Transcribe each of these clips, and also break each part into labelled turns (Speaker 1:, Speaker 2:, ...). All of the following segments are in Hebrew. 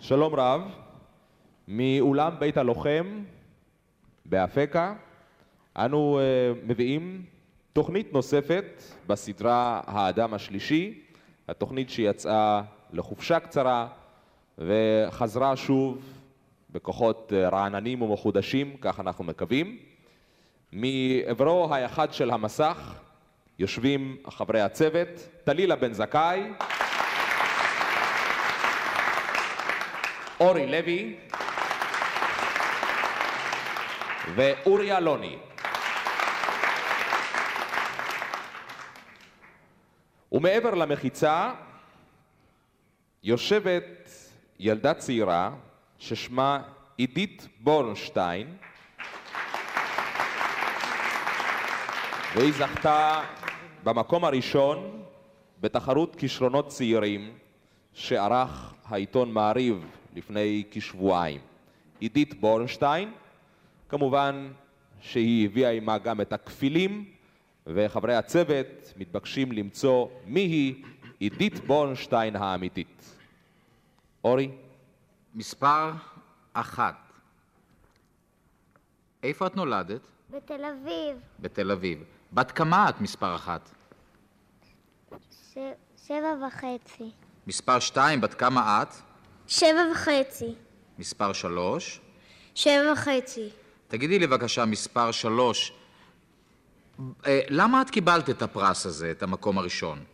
Speaker 1: שלום רב, מאולם בית הלוחם באפקה, אנו אה, מביאים תוכנית נוספת בסדרה האדם השלישי, התוכנית שיצאה לחופשה קצרה וחזרה שוב בכוחות אה, רעננים ומחודשים, כך אנחנו מקווים. מעברו האחד של המסך יושבים חברי הצוות, טלילה בן זכאי, אורי לוי ואורי אלוני. ומעבר למחיצה יושבת ילדה צעירה ששמה עידית בורנשטיין והיא זכתה במקום הראשון בתחרות כישרונות צעירים שערך העיתון מעריב לפני כשבועיים. עידית בורנשטיין, כמובן שהיא הביאה עימה גם את הכפילים, וחברי הצוות מתבקשים למצוא מיהי עידית בורנשטיין האמיתית. אורי,
Speaker 2: מספר אחת. איפה את נולדת?
Speaker 3: בתל אביב,
Speaker 2: בתל אביב. בת כמה את מספר אחת?
Speaker 3: ש... שבע וחצי.
Speaker 2: מספר שתיים, בת כמה את?
Speaker 3: שבע וחצי.
Speaker 2: מספר שלוש.
Speaker 3: שבע וחצי.
Speaker 2: תגידי לי בבקשה, מספר שלוש, אה, למה את קיבלת את הפרס הזה, את המקום הראשון?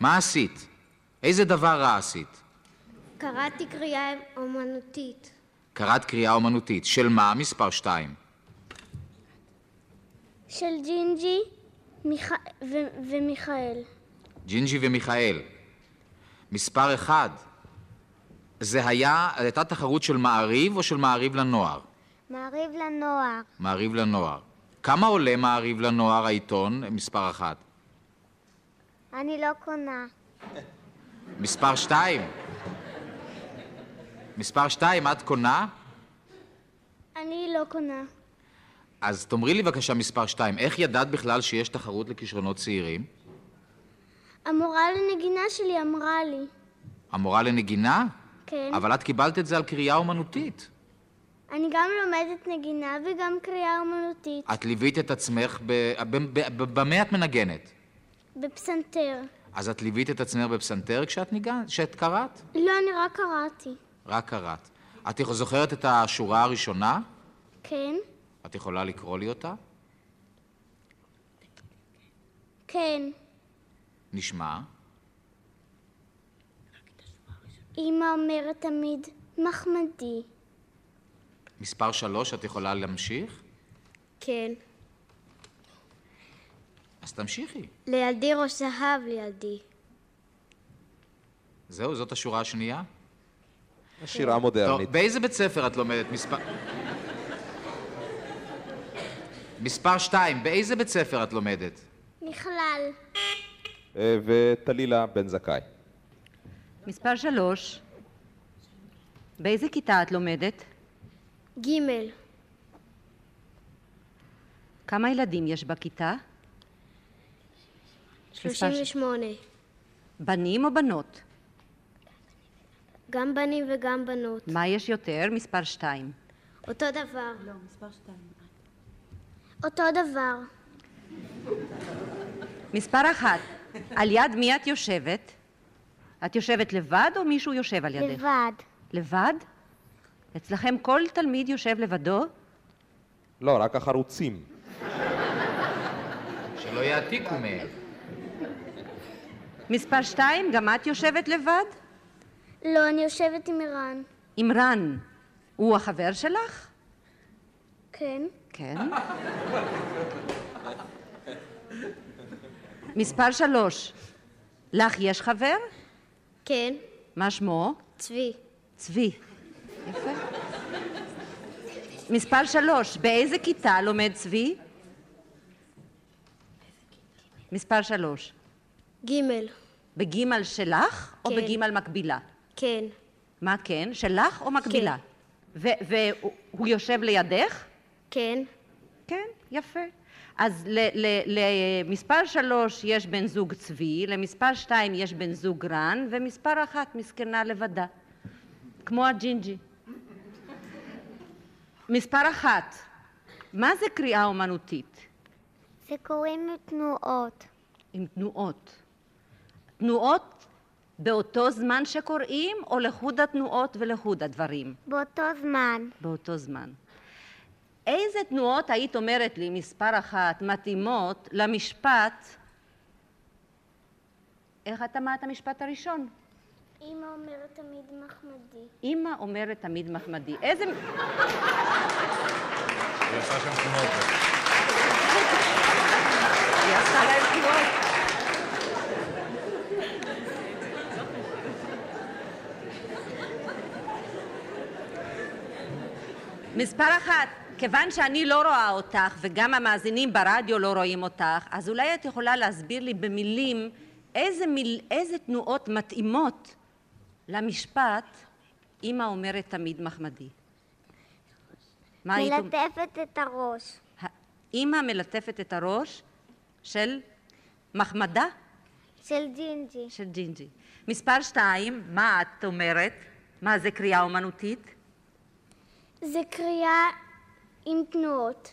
Speaker 2: מה עשית? איזה דבר רע עשית?
Speaker 3: קראתי קריאה אומנותית.
Speaker 2: קראת קריאה אומנותית. של מה? מספר שתיים.
Speaker 3: של ג'ינג'י מיכ... ו... ומיכאל.
Speaker 2: ג'ינג'י ומיכאל. מספר אחד. זה היה, הייתה תחרות של מעריב או של מעריב לנוער?
Speaker 3: מעריב לנוער.
Speaker 2: מעריב לנוער. כמה עולה מעריב לנוער העיתון? מספר אחת.
Speaker 3: אני לא קונה.
Speaker 2: מספר שתיים. מספר שתיים, את קונה?
Speaker 3: אני לא קונה.
Speaker 2: אז תאמרי לי בבקשה מספר שתיים, איך ידעת בכלל שיש תחרות לכישרונות צעירים?
Speaker 3: המורה לנגינה שלי אמרה לי.
Speaker 2: המורה לנגינה?
Speaker 3: כן.
Speaker 2: אבל את קיבלת את זה על קריאה אומנותית.
Speaker 3: אני גם לומדת נגינה וגם קריאה אומנותית.
Speaker 2: את ליווית את עצמך, ב... ב... ב... ב... במה את מנגנת?
Speaker 3: בפסנתר.
Speaker 2: אז את ליווית את עצמך בפסנתר כשאת ניגנת, כשאת קראת?
Speaker 3: לא, אני רק קראתי.
Speaker 2: רק קראת. את יכ- זוכרת את השורה הראשונה?
Speaker 3: כן?
Speaker 2: את יכולה לקרוא לי אותה?
Speaker 3: כן.
Speaker 2: נשמע.
Speaker 3: אמא אומרת תמיד, מחמדי.
Speaker 2: מספר שלוש, את יכולה להמשיך?
Speaker 3: כן.
Speaker 2: אז תמשיכי.
Speaker 3: לילדי ראש זהב לילדי.
Speaker 2: זהו, זאת השורה השנייה?
Speaker 1: השירה
Speaker 2: טוב,
Speaker 1: המודרנית.
Speaker 2: באיזה בית ספר את לומדת מספר... מספר שתיים, באיזה בית ספר את לומדת?
Speaker 3: מכלל.
Speaker 1: אה, וטלילה בן זכאי.
Speaker 4: מספר שלוש, באיזה כיתה את לומדת?
Speaker 3: ג'
Speaker 4: כמה ילדים יש בכיתה? מספר ש-
Speaker 3: 38.
Speaker 4: בנים או בנות?
Speaker 3: גם בנים וגם בנות.
Speaker 4: מה יש יותר? מספר שתיים.
Speaker 3: אותו דבר. לא, מספר 2. אותו דבר.
Speaker 4: מספר אחת, על יד מי את יושבת? את יושבת לבד או מישהו יושב על ידך?
Speaker 3: לבד.
Speaker 4: לבד? אצלכם כל תלמיד יושב לבדו?
Speaker 1: לא, רק החרוצים.
Speaker 2: שלא יעתיקו מהם.
Speaker 4: מספר שתיים, גם את יושבת לבד?
Speaker 3: לא, אני יושבת עם ערן.
Speaker 4: עם רן, הוא החבר שלך?
Speaker 3: כן?
Speaker 4: כן. מספר שלוש, לך יש חבר?
Speaker 3: כן.
Speaker 4: מה שמו?
Speaker 3: צבי.
Speaker 4: צבי. יפה. מספר שלוש, באיזה כיתה לומד צבי? מספר שלוש,
Speaker 3: ג'
Speaker 4: בגימל שלך או
Speaker 3: כן.
Speaker 4: בגימל מקבילה?
Speaker 3: כן.
Speaker 4: מה כן? שלך או מקבילה? ו- והוא יושב לידך?
Speaker 3: כן.
Speaker 4: כן, יפה. אז ל- ל- למספר שלוש יש בן זוג צבי, למספר שתיים יש בן זוג רן, ומספר אחת מסכנה לבדה, כמו הג'ינג'י. מספר אחת, מה זה קריאה אומנותית?
Speaker 3: זה קוראים תנועות.
Speaker 4: עם תנועות. תנועות באותו זמן שקוראים, או לחוד התנועות ולחוד הדברים?
Speaker 3: באותו זמן.
Speaker 4: באותו זמן. איזה תנועות היית אומרת לי, מספר אחת, מתאימות למשפט? איך אתה מה את המשפט הראשון?
Speaker 3: אמא אומרת תמיד מחמדי.
Speaker 4: אימא אומרת תמיד מחמדי. איזה...
Speaker 5: היא עושה שם תמונות.
Speaker 4: היא עשתה להם תנועות. מספר אחת, כיוון שאני לא רואה אותך וגם המאזינים ברדיו לא רואים אותך, אז אולי את יכולה להסביר לי במילים איזה, מיל, איזה תנועות מתאימות למשפט אמא אומרת תמיד מחמדי. מה היית אומרת?
Speaker 3: מלטפת את הראש.
Speaker 4: האימא מלטפת את הראש של מחמדה
Speaker 3: של ג'ינג'י.
Speaker 4: של ג'ינג'י. מספר שתיים, מה את אומרת? מה זה קריאה אומנותית?
Speaker 3: זה קריאה עם תנועות.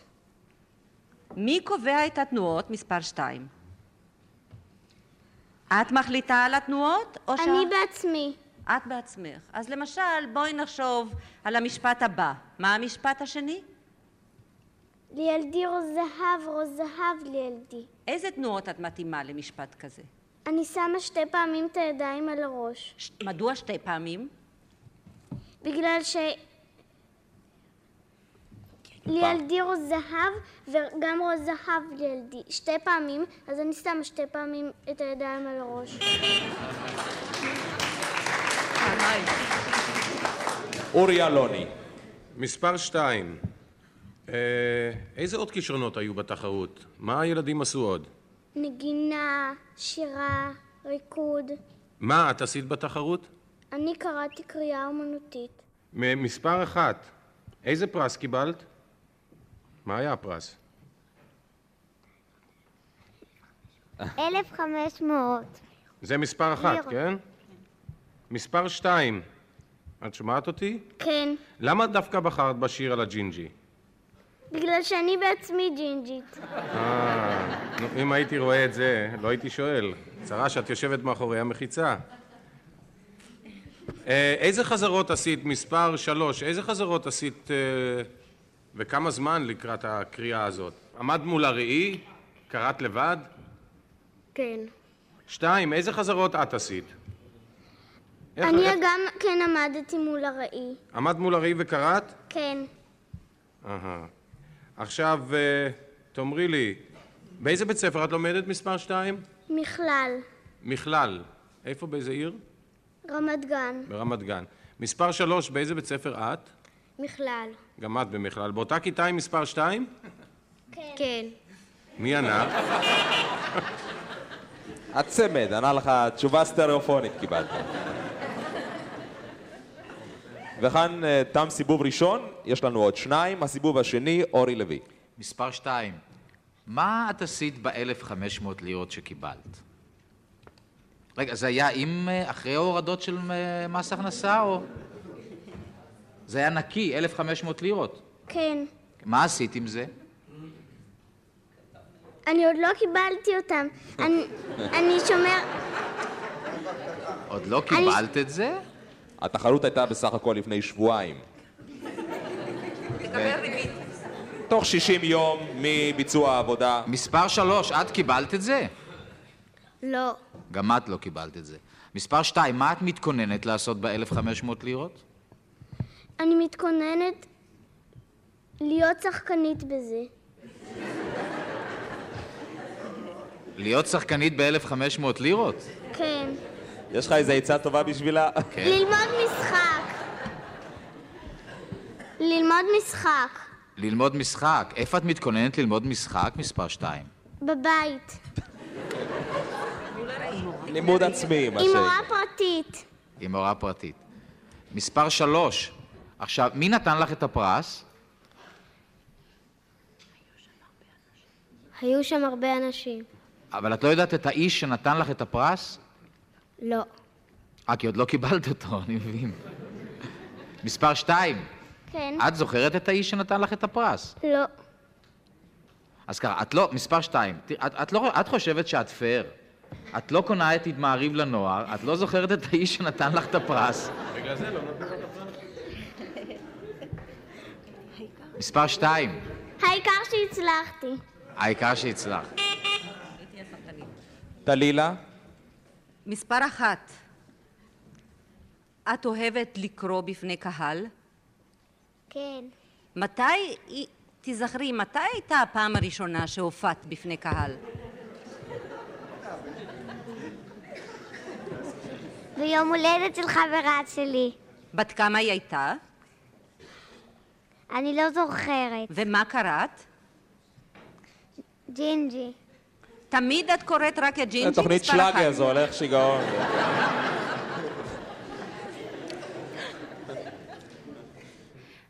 Speaker 4: מי קובע את התנועות? מספר שתיים. את מחליטה על התנועות? או שה-
Speaker 3: אני בעצמי.
Speaker 4: את בעצמך. אז למשל, בואי נחשוב על המשפט הבא. מה המשפט השני?
Speaker 3: לילדי רוז זהב, רוז זהב לילדי.
Speaker 4: איזה תנועות את מתאימה למשפט כזה?
Speaker 3: אני שמה שתי פעמים את הידיים על הראש.
Speaker 4: ש... מדוע שתי פעמים?
Speaker 3: בגלל ש... לילדי רוז זהב וגם רוז זהב לילדי. שתי פעמים, אז אני שמה שתי פעמים את הידיים על הראש.
Speaker 4: פעמיים.
Speaker 1: אורי אלוני.
Speaker 6: מספר שתיים, אה, איזה עוד כישרונות היו בתחרות? מה הילדים עשו עוד?
Speaker 3: נגינה, שירה, ריקוד.
Speaker 6: מה את עשית בתחרות?
Speaker 3: אני קראתי קריאה אומנותית.
Speaker 6: מ- מספר אחת, איזה פרס קיבלת? מה היה הפרס?
Speaker 3: 1,500.
Speaker 6: זה מספר אחת,
Speaker 3: לירות.
Speaker 6: כן? מספר שתיים, את שומעת אותי?
Speaker 3: כן,
Speaker 6: למה דווקא בחרת בשיר על הג'ינג'י?
Speaker 3: בגלל שאני בעצמי ג'ינג'ית.
Speaker 6: נו, אם הייתי רואה את זה, לא הייתי שואל. צרה שאת יושבת מאחורי המחיצה. אה, איזה חזרות עשית, מספר שלוש, איזה חזרות עשית אה, וכמה זמן לקראת הקריאה הזאת? עמד מול הראי? קראת לבד?
Speaker 3: כן.
Speaker 6: שתיים, איזה חזרות את עשית? איך-
Speaker 3: אני
Speaker 6: איך-
Speaker 3: גם כן עמדתי מול הראי.
Speaker 6: עמד מול הראי וקראת?
Speaker 3: כן.
Speaker 6: אהה. עכשיו, אה, תאמרי לי, באיזה בית ספר את לומדת מספר שתיים?
Speaker 3: מכלל,
Speaker 6: מכלל. איפה, באיזה עיר?
Speaker 3: רמת גן.
Speaker 6: ברמת גן. מספר שלוש, באיזה בית ספר את?
Speaker 3: מכלל.
Speaker 6: גם את במכלל. באותה כיתה עם מספר שתיים?
Speaker 3: כן.
Speaker 6: מי ענה?
Speaker 1: הצמד, ענה לך תשובה סטריאופונית קיבלת. וכאן אה, תם סיבוב ראשון, יש לנו עוד שניים, הסיבוב השני, אורי לוי.
Speaker 2: מספר שתיים, מה את עשית ב-1,500 לירות שקיבלת? רגע, זה היה עם, אה, אחרי ההורדות של אה, מס הכנסה, או... זה היה נקי, 1,500 לירות.
Speaker 3: כן.
Speaker 2: מה עשית עם זה?
Speaker 3: אני עוד לא קיבלתי אותם. אני, אני שומר...
Speaker 2: עוד לא קיבלת את זה?
Speaker 1: התחרות הייתה בסך הכל לפני שבועיים. תוך 60 יום מביצוע העבודה.
Speaker 2: מספר שלוש, את קיבלת את זה?
Speaker 3: לא.
Speaker 2: גם את לא קיבלת את זה. מספר שתיים, מה את מתכוננת לעשות ב-1,500 לירות?
Speaker 3: אני מתכוננת להיות שחקנית בזה.
Speaker 2: להיות שחקנית ב-1,500 לירות?
Speaker 3: כן.
Speaker 1: יש לך איזו עצה טובה בשבילה?
Speaker 2: כן.
Speaker 3: ללמוד משחק. ללמוד משחק.
Speaker 2: ללמוד משחק. איפה את מתכוננת ללמוד משחק, מספר שתיים?
Speaker 3: בבית.
Speaker 1: לימוד עצמי, מה
Speaker 3: עם
Speaker 1: ש...
Speaker 3: מורה פרטית.
Speaker 2: עם הוראה פרטית. מספר שלוש. עכשיו, מי נתן לך את הפרס?
Speaker 3: היו שם הרבה אנשים.
Speaker 2: אבל את לא יודעת את האיש שנתן לך את הפרס?
Speaker 3: לא.
Speaker 2: אה, כי עוד לא קיבלת אותו, אני מבין. מספר שתיים,
Speaker 3: כן.
Speaker 2: את זוכרת את האיש שנתן לך את הפרס?
Speaker 3: לא.
Speaker 2: אז ככה, את לא, מספר שתיים, תראה, את, את, לא, את חושבת שאת פייר. את לא קונה את מעריב לנוער, את לא זוכרת את האיש שנתן לך את הפרס.
Speaker 6: בגלל זה לא נותנים לו את הפרס.
Speaker 2: מספר שתיים,
Speaker 3: העיקר שהצלחתי.
Speaker 2: העיקר שהצלחת.
Speaker 1: טלילה,
Speaker 4: מספר אחת, את אוהבת לקרוא בפני קהל?
Speaker 3: כן.
Speaker 4: מתי, היא- תיזכרי, מתי הייתה הפעם הראשונה שהופעת בפני קהל?
Speaker 3: ביום הולדת של חברה שלי.
Speaker 4: בת כמה היא הייתה?
Speaker 3: אני לא זוכרת.
Speaker 4: ומה קראת?
Speaker 3: ג'ינג'י.
Speaker 4: תמיד את קוראת רק את ג'ינג'י?
Speaker 1: תוכנית
Speaker 4: מספר אחת.
Speaker 1: שלאגר, זה הולך שיגעון.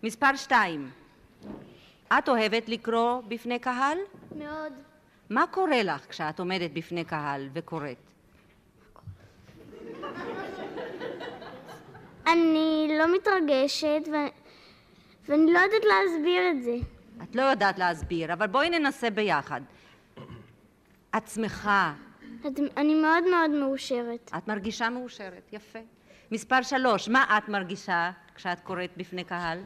Speaker 4: מספר שתיים, את אוהבת לקרוא בפני קהל?
Speaker 3: מאוד.
Speaker 4: מה קורה לך כשאת עומדת בפני קהל וקוראת?
Speaker 3: אני לא מתרגשת ו- ואני לא יודעת להסביר את זה.
Speaker 4: את לא יודעת להסביר, אבל בואי ננסה ביחד. את שמחה,
Speaker 3: את- אני מאוד מאוד מאושרת.
Speaker 4: את מרגישה מאושרת, יפה. מספר שלוש, מה את מרגישה כשאת קוראת בפני קהל?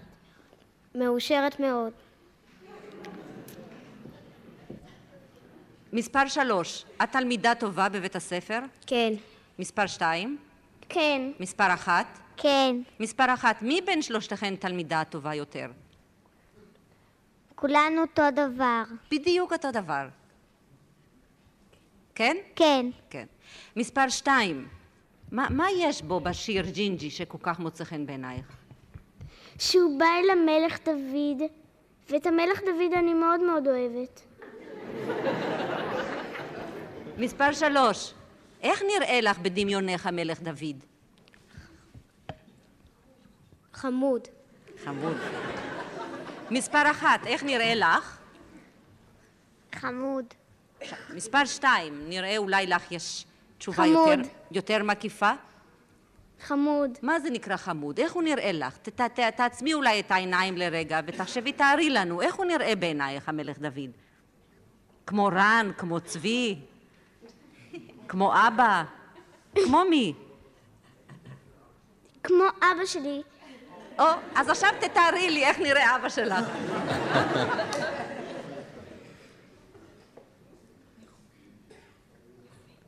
Speaker 3: מאושרת מאוד.
Speaker 4: מספר שלוש, את תלמידה טובה בבית הספר?
Speaker 3: כן.
Speaker 4: מספר שתיים?
Speaker 3: כן.
Speaker 4: מספר אחת?
Speaker 3: כן.
Speaker 4: מספר אחת, מי בין שלושתכן תלמידה הטובה יותר?
Speaker 3: כולנו אותו דבר.
Speaker 4: בדיוק אותו דבר. כן?
Speaker 3: כן.
Speaker 4: כן. מספר שתיים, מה, מה יש בו בשיר ג'ינג'י שכל כך מוצא חן בעינייך?
Speaker 3: שהוא בא אל המלך דוד, ואת המלך דוד אני מאוד מאוד אוהבת.
Speaker 4: מספר שלוש, איך נראה לך בדמיונך המלך דוד?
Speaker 3: חמוד.
Speaker 4: חמוד. מספר אחת, איך נראה לך?
Speaker 3: חמוד.
Speaker 4: מספר שתיים, נראה אולי לך יש תשובה
Speaker 3: חמוד.
Speaker 4: יותר, יותר מקיפה?
Speaker 3: חמוד.
Speaker 4: מה זה נקרא חמוד? איך הוא נראה לך? ת- ת- ת- תעצמי אולי את העיניים לרגע ותחשבי, תארי לנו, איך הוא נראה בעינייך המלך דוד? כמו רן, כמו צבי, כמו אבא, כמו מי?
Speaker 3: כמו אבא שלי,
Speaker 4: או, אז עכשיו תתארי לי איך נראה אבא שלך.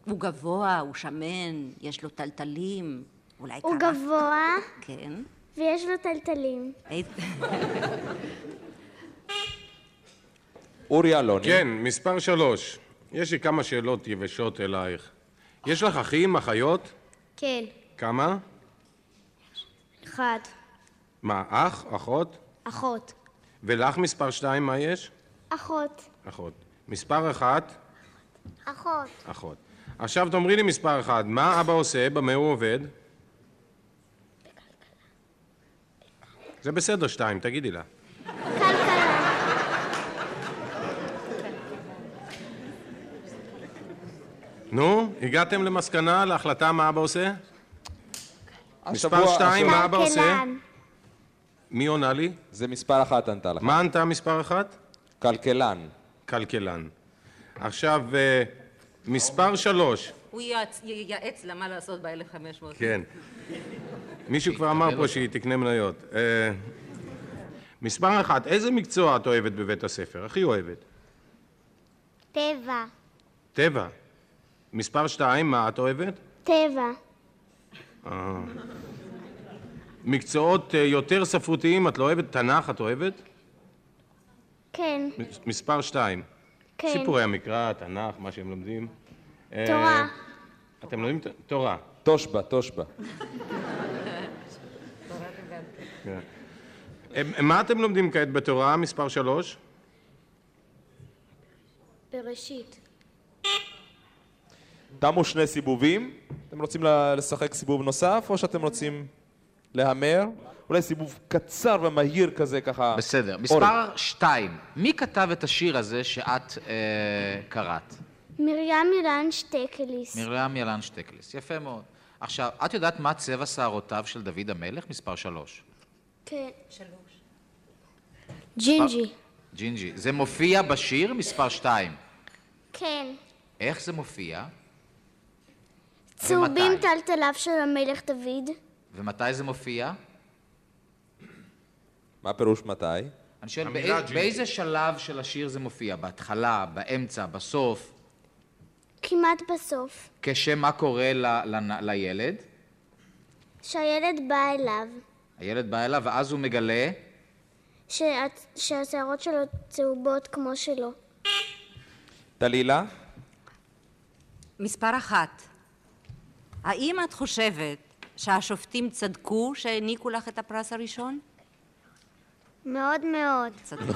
Speaker 4: הוא גבוה, הוא שמן, יש לו טלטלים, אולי
Speaker 3: הוא
Speaker 4: קרח.
Speaker 3: גבוה
Speaker 4: כן.
Speaker 3: ויש לו טלטלים.
Speaker 4: איזה-
Speaker 1: אורי אלוני,
Speaker 6: כן, מספר שלוש. יש לי כמה שאלות יבשות אלייך. יש לך אחים, אחיות?
Speaker 3: כן.
Speaker 6: כמה?
Speaker 3: אחד.
Speaker 6: מה, אח, אחות?
Speaker 3: אחות.
Speaker 6: ולך מספר שתיים, מה יש?
Speaker 3: אחות.
Speaker 6: אחות. מספר אחת,
Speaker 3: אחות.
Speaker 6: אחות. עכשיו תאמרי לי מספר אחד, מה אבא עושה, במה הוא עובד? זה בסדר, שתיים, תגידי לה.
Speaker 3: כלכלה.
Speaker 6: נו, הגעתם למסקנה, להחלטה מה אבא עושה?
Speaker 1: השבוע-
Speaker 6: מספר שתיים.
Speaker 1: השבוע-
Speaker 6: מה אבא עושה?
Speaker 3: כלכלן.
Speaker 6: מי עונה לי?
Speaker 1: זה מספר אחת ענתה לך.
Speaker 6: מה ענתה מספר אחת?
Speaker 1: כלכלן.
Speaker 6: כלכלן. עכשיו, אה, מספר שלוש.
Speaker 4: הוא ייעץ- ייעץ לה מה לעשות ב-1500.
Speaker 6: כן. מישהו כבר אמר פה שהיא תקנה מניות. אה, מספר אחת, איזה מקצוע את אוהבת בבית הספר? הכי אוהבת.
Speaker 3: טבע.
Speaker 6: טבע. מספר שתיים, מה את אוהבת?
Speaker 3: טבע.
Speaker 6: מקצועות אה, יותר ספרותיים, את לא אוהבת? תנ"ך את אוהבת?
Speaker 3: כן.
Speaker 6: מס- מספר שתיים.
Speaker 3: כן.
Speaker 6: סיפורי המקרא, תנ"ך, מה שהם לומדים. אה,
Speaker 3: תורה.
Speaker 6: אתם לומדים ת- תורה.
Speaker 1: תושבע, תושבע.
Speaker 6: אה, מה אתם לומדים כעת בתורה, מספר שלוש?
Speaker 3: בראשית.
Speaker 1: תמו שני סיבובים. אתם רוצים ל- לשחק סיבוב נוסף, או שאתם רוצים להמר, אולי סיבוב קצר ומהיר כזה ככה.
Speaker 6: אוקיי.
Speaker 2: בסדר.
Speaker 1: אורן.
Speaker 2: מספר שתיים, מי כתב את השיר הזה שאת אה, קראת?
Speaker 3: מרים אילן שטקליס.
Speaker 2: מרים ילן שטקליס. יפה מאוד. עכשיו, את יודעת מה צבע שערותיו של דוד המלך? מספר שלוש.
Speaker 3: כן. שלוש. ג'ינג'י.
Speaker 2: ג'ינג'י. זה מופיע בשיר מספר שתיים.
Speaker 3: כן.
Speaker 2: איך זה מופיע?
Speaker 3: צהובים טלטליו של המלך דוד.
Speaker 2: ומתי זה מופיע?
Speaker 1: מה פירוש מתי?
Speaker 2: אני שואל,
Speaker 6: המילה
Speaker 2: באי,
Speaker 6: ג'ינג'י.
Speaker 2: באיזה שלב של השיר זה מופיע? בהתחלה, באמצע, בסוף?
Speaker 3: כמעט בסוף.
Speaker 2: כשם מה קורה ל, ל, לילד?
Speaker 3: שהילד בא אליו.
Speaker 2: הילד בא אליו ואז הוא מגלה,
Speaker 3: שה- שהשערות שלו צהובות כמו שלו.
Speaker 1: טלילה?
Speaker 4: מספר אחת, האם את חושבת שהשופטים צדקו שהעניקו לך את הפרס הראשון?
Speaker 3: מאוד מאוד.
Speaker 4: צדקו.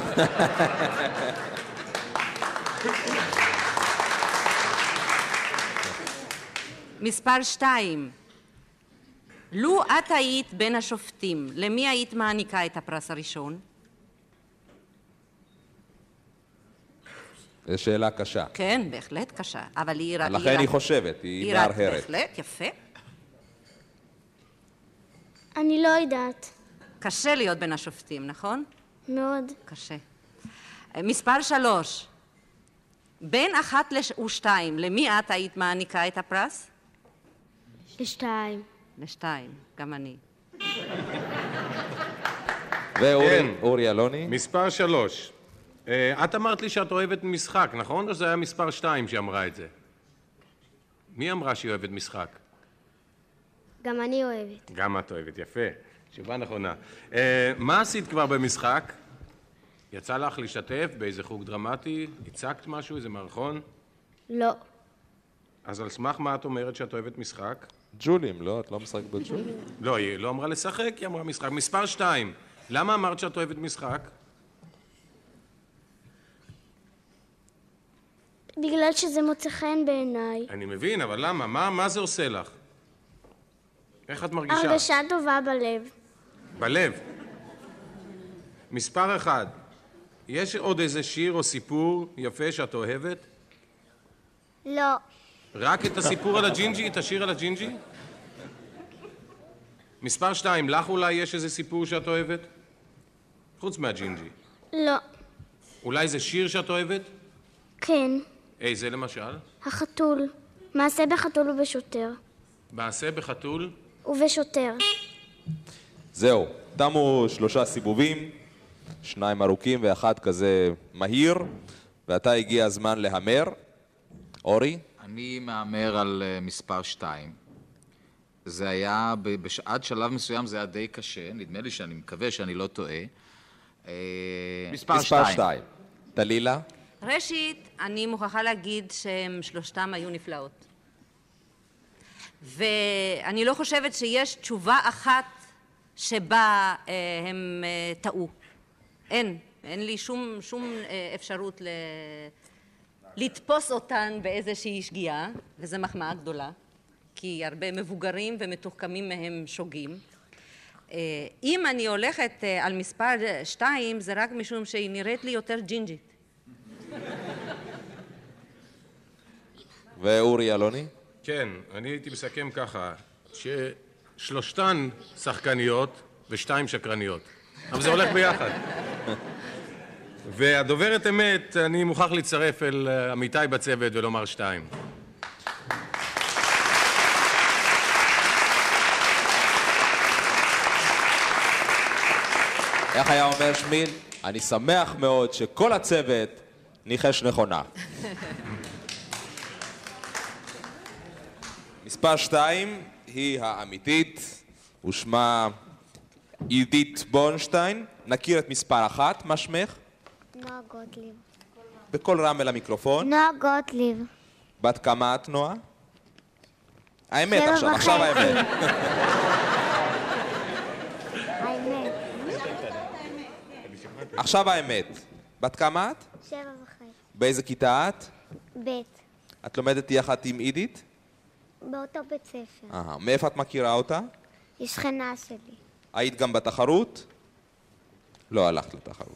Speaker 4: מספר שתיים, לו את היית בין השופטים, למי היית מעניקה את הפרס הראשון?
Speaker 1: זו שאלה קשה.
Speaker 4: כן, בהחלט קשה, אבל היא... ר-
Speaker 1: לכן
Speaker 4: ר-
Speaker 1: היא חושבת, היא
Speaker 4: ר-
Speaker 1: מהרהרת.
Speaker 4: בהחלט, יפה.
Speaker 3: אני לא יודעת.
Speaker 4: קשה להיות בין השופטים, נכון?
Speaker 3: מאוד.
Speaker 4: קשה. מספר שלוש, בין אחת לש- ושתיים, למי את היית מעניקה את הפרס?
Speaker 3: לשתיים.
Speaker 4: לשתיים, גם אני.
Speaker 1: ואורי
Speaker 6: כן.
Speaker 1: אורי אלוני?
Speaker 6: מספר שלוש. אה, את אמרת לי שאת אוהבת משחק, נכון? או שזה היה מספר שתיים שאמרה את זה? מי אמרה שהיא אוהבת משחק?
Speaker 3: גם אני אוהבת.
Speaker 6: גם את אוהבת, יפה. תשובה נכונה. אה, מה עשית כבר במשחק? יצא לך להשתתף באיזה חוג דרמטי? הצגת משהו, איזה מערכון?
Speaker 3: לא.
Speaker 6: אז על סמך מה את אומרת שאת אוהבת משחק?
Speaker 1: ג'ולים, לא? את לא משחק בג'ולים?
Speaker 6: לא, היא לא אמרה לשחק, היא אמרה משחק. מספר שתיים, למה אמרת שאת אוהבת משחק?
Speaker 3: בגלל שזה מוצא חן בעיניי.
Speaker 6: אני מבין, אבל למה? מה, מה זה עושה לך? איך את מרגישה?
Speaker 3: הרגשה טובה בלב.
Speaker 6: בלב. מספר אחד, יש עוד איזה שיר או סיפור יפה שאת אוהבת?
Speaker 3: לא.
Speaker 6: רק את הסיפור על הג'ינג'י? את השיר על הג'ינג'י? מספר שתיים, לך אולי יש איזה סיפור שאת אוהבת? חוץ מהג'ינג'י.
Speaker 3: לא.
Speaker 6: אולי זה שיר שאת אוהבת?
Speaker 3: כן.
Speaker 6: איזה למשל?
Speaker 3: החתול. מעשה בחתול ובשוטר.
Speaker 6: מעשה בחתול?
Speaker 3: ובשוטר.
Speaker 1: זהו, תמו שלושה סיבובים, שניים ארוכים ואחד כזה מהיר, ועתה הגיע הזמן להמר. אורי?
Speaker 2: אני מהמר על אה, מספר שתיים. זה היה, ב- בש... עד שלב מסוים זה היה די קשה, נדמה לי שאני מקווה שאני לא טועה. אה,
Speaker 1: מספר שתיים. טלילה?
Speaker 4: ראשית, אני מוכרחה להגיד שהם שלושתם היו נפלאות. ואני לא חושבת שיש תשובה אחת שבה אה, הם אה, טעו. אין. אין לי שום, שום אה, אפשרות ל... לתפוס אותן באיזושהי שגיאה, וזו מחמאה גדולה, כי הרבה מבוגרים ומתוחכמים מהם שוגים. אה, אם אני הולכת אה, על מספר אה, שתיים, זה רק משום שהיא נראית לי יותר ג'ינג'ית.
Speaker 1: ואורי אלוני?
Speaker 6: כן, אני הייתי מסכם ככה, ששלושתן שחקניות ושתיים שקרניות. אבל זה הולך ביחד. והדוברת אמת, אני מוכרח להצטרף אל אה, עמיתי בצוות ולומר שתיים.
Speaker 1: איך היה אומר שמיל? אני שמח מאוד שכל הצוות ניחש נכונה. מספר שתיים היא האמיתית, ושמה עידית בורנשטיין. נכיר את מספר אחת, מה שמך?
Speaker 3: נועה גוטליב.
Speaker 1: בקול רם אל המיקרופון.
Speaker 3: נועה גוטליב.
Speaker 1: בת כמה את, נועה? האמת עכשיו,
Speaker 3: שבע
Speaker 1: עכשיו
Speaker 3: וחצי.
Speaker 1: האמת.
Speaker 3: האמת.
Speaker 1: עכשיו האמת. בת כמה את?
Speaker 3: שבע וחצי.
Speaker 1: באיזה כיתה את?
Speaker 3: בית.
Speaker 1: את לומדת יחד עם עידית?
Speaker 3: באותו בית ספר.
Speaker 1: אהה. מאיפה את מכירה אותה?
Speaker 3: היא שכנה שלי.
Speaker 1: היית גם בתחרות? לא הלכת לתחרות.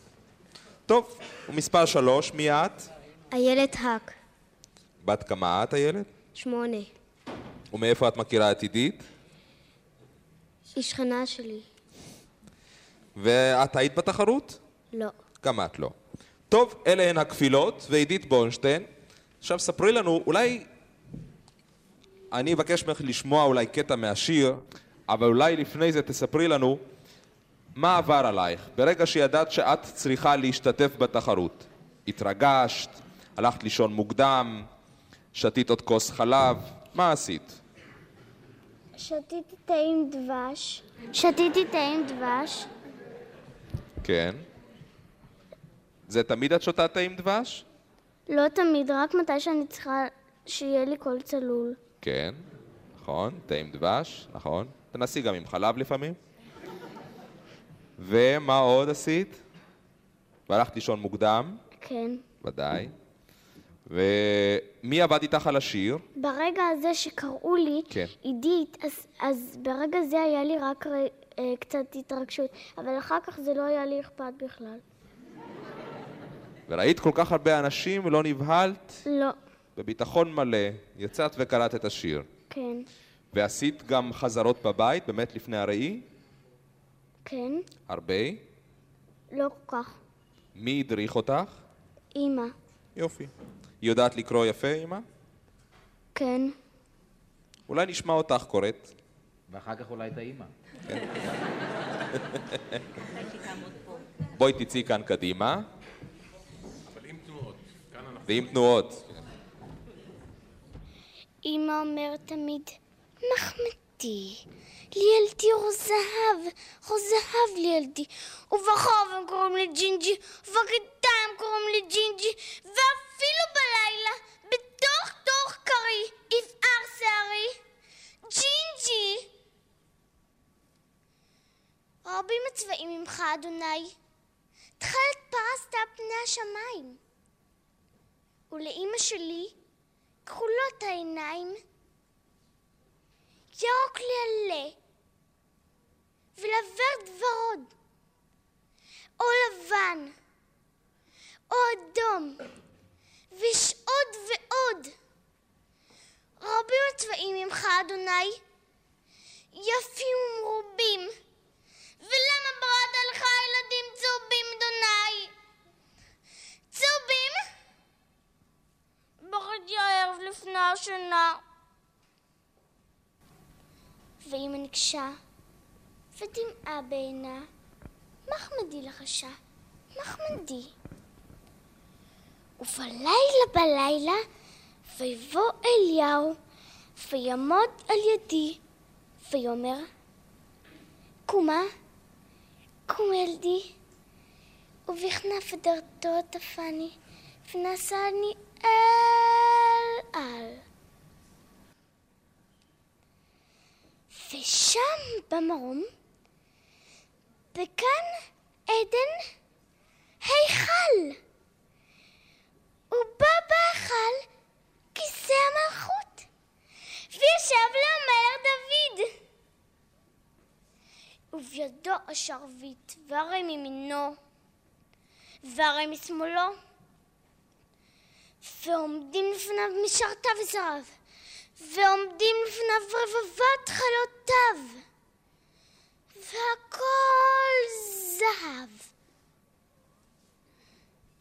Speaker 1: טוב, ומספר שלוש, מי את?
Speaker 3: איילת האק,
Speaker 1: בת כמה את, איילת?
Speaker 3: שמונה.
Speaker 1: ומאיפה את מכירה את עידית?
Speaker 3: היא שכנה שלי.
Speaker 1: ואת היית בתחרות?
Speaker 3: לא.
Speaker 1: גם את לא. טוב, אלה הן הכפילות, ועידית בונשטיין. עכשיו ספרי לנו, אולי... אני אבקש ממך לשמוע אולי קטע מהשיר, אבל אולי לפני זה תספרי לנו מה עבר עלייך ברגע שידעת שאת צריכה להשתתף בתחרות. התרגשת, הלכת לישון מוקדם, שתית עוד כוס חלב, מה עשית?
Speaker 3: שתיתי תה עם דבש. שתיתי תה עם דבש.
Speaker 1: כן. זה תמיד את שותה תה עם דבש?
Speaker 3: לא תמיד, רק מתי שאני צריכה שיהיה לי קול צלול.
Speaker 1: כן, נכון, תה עם דבש, נכון. תנסי גם עם חלב לפעמים. ומה עוד עשית? והלכת לישון מוקדם,
Speaker 3: כן.
Speaker 1: ודאי. ומי עבד איתך על השיר?
Speaker 3: ברגע הזה שקראו לי
Speaker 1: כן.
Speaker 3: עידית, אז, אז ברגע זה היה לי רק ר- אה, קצת התרגשות, אבל אחר כך זה לא היה לי אכפת בכלל.
Speaker 1: וראית כל כך הרבה אנשים ולא נבהלת?
Speaker 3: לא,
Speaker 1: בביטחון מלא, יצאת וקראת את השיר.
Speaker 3: כן,
Speaker 1: ועשית גם חזרות בבית, באמת לפני הראי?
Speaker 3: כן,
Speaker 1: הרבה.
Speaker 3: לא כל כך.
Speaker 1: מי הדריך אותך?
Speaker 3: אימא,
Speaker 1: יופי. היא יודעת לקרוא יפה, אמא?
Speaker 3: כן,
Speaker 1: אולי נשמע אותך קוראת.
Speaker 2: ואחר כך אולי את האימא.
Speaker 1: בואי תצאי כאן קדימה. אבל עם תנועות. ועם תנועות.
Speaker 3: אמא אומרת תמיד, מחמתי, לילדי רוזהב, רוזהב לילדי, וברחוב הם קוראים לי ג'ינג'י, ובכיתה הם קוראים לי ג'ינג'י, ואפילו בלילה, בתוך תוך קרי, יפער שערי, ג'ינג'י! רבים הצבעים ממך, אדוני, תכלת פרסת על פני השמיים. ולאימא שלי, כחולות העיניים, ירוק לעלה, ולוורד ורוד, או לבן, או אדום, ויש עוד ועוד. רבים הצבעים ממך, אדוני, יפים ומרובים, ולמה בראת לך ילדים צהובים, אדוני? צהובים? בכיתי הערב לפני השינה. ואמא ניגשה, ודמעה בעינה, מחמדי לחשה, מחמדי. ובלילה בלילה, ויבוא אליהו, ויעמוד על ידי, ויאמר, קומה, קום ילדי. ובכנף דרתו טפני, ונשאני אל על. ושם במרום, בגן עדן, היכל. ובא בהיכל כיסא המלכות, וישב לו המלך דוד. ובידו השרביט, והרי מימינו, והרי משמאלו. ועומדים לפניו משרתיו וזרעיו, ועומדים לפניו רבבת חלותיו, והכל זהב.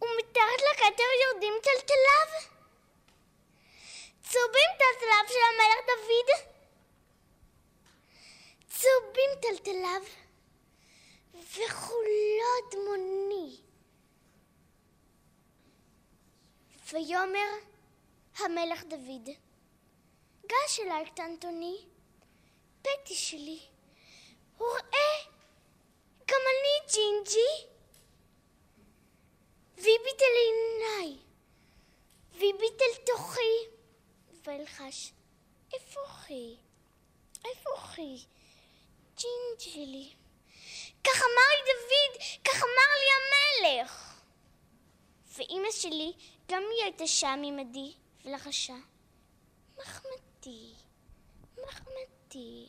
Speaker 3: ומתחת לכתר יורדים טלטליו, צהובים טלטליו של המלך דוד, צהובים טלטליו, וכולו אדמוני. ויאמר המלך דוד, גש אליי קטנטוני, פתי שלי, וראה, גם אני ג'ינג'י. והביט אל עיניי, והביט אל תוכי, ואלחש, איפה אחי? איפה אחי? ג'ינג'י שלי. כך אמר לי דוד, כך אמר לי המלך. ואימא שלי, גם היא הייתה שם עמדי, ולחשה, מחמתי, מחמתי.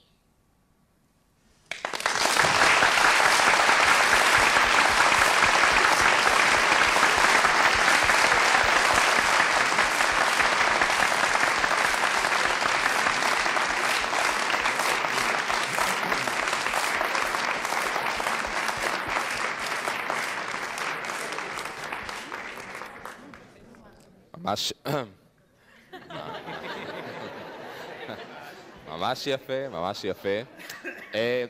Speaker 1: ממש... ממש יפה, ממש יפה. אה,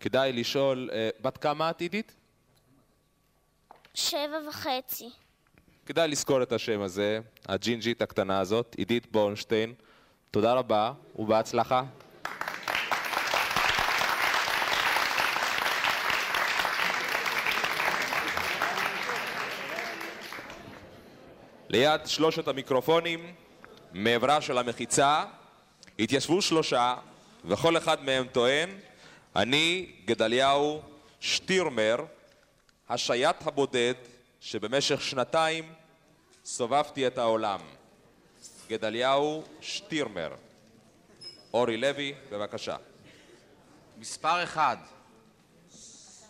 Speaker 1: כדאי לשאול, אה, בת כמה את עידית?
Speaker 3: שבע וחצי.
Speaker 1: כדאי לזכור את השם הזה, הג'ינג'ית הקטנה הזאת, עידית בורנשטיין. תודה רבה ובהצלחה. ליד שלושת המיקרופונים, מעברה של המחיצה, התיישבו שלושה, וכל אחד מהם טוען, אני גדליהו שטירמר, השייט הבודד שבמשך שנתיים סובבתי את העולם. גדליהו שטירמר. אורי לוי, בבקשה.
Speaker 2: מספר אחד,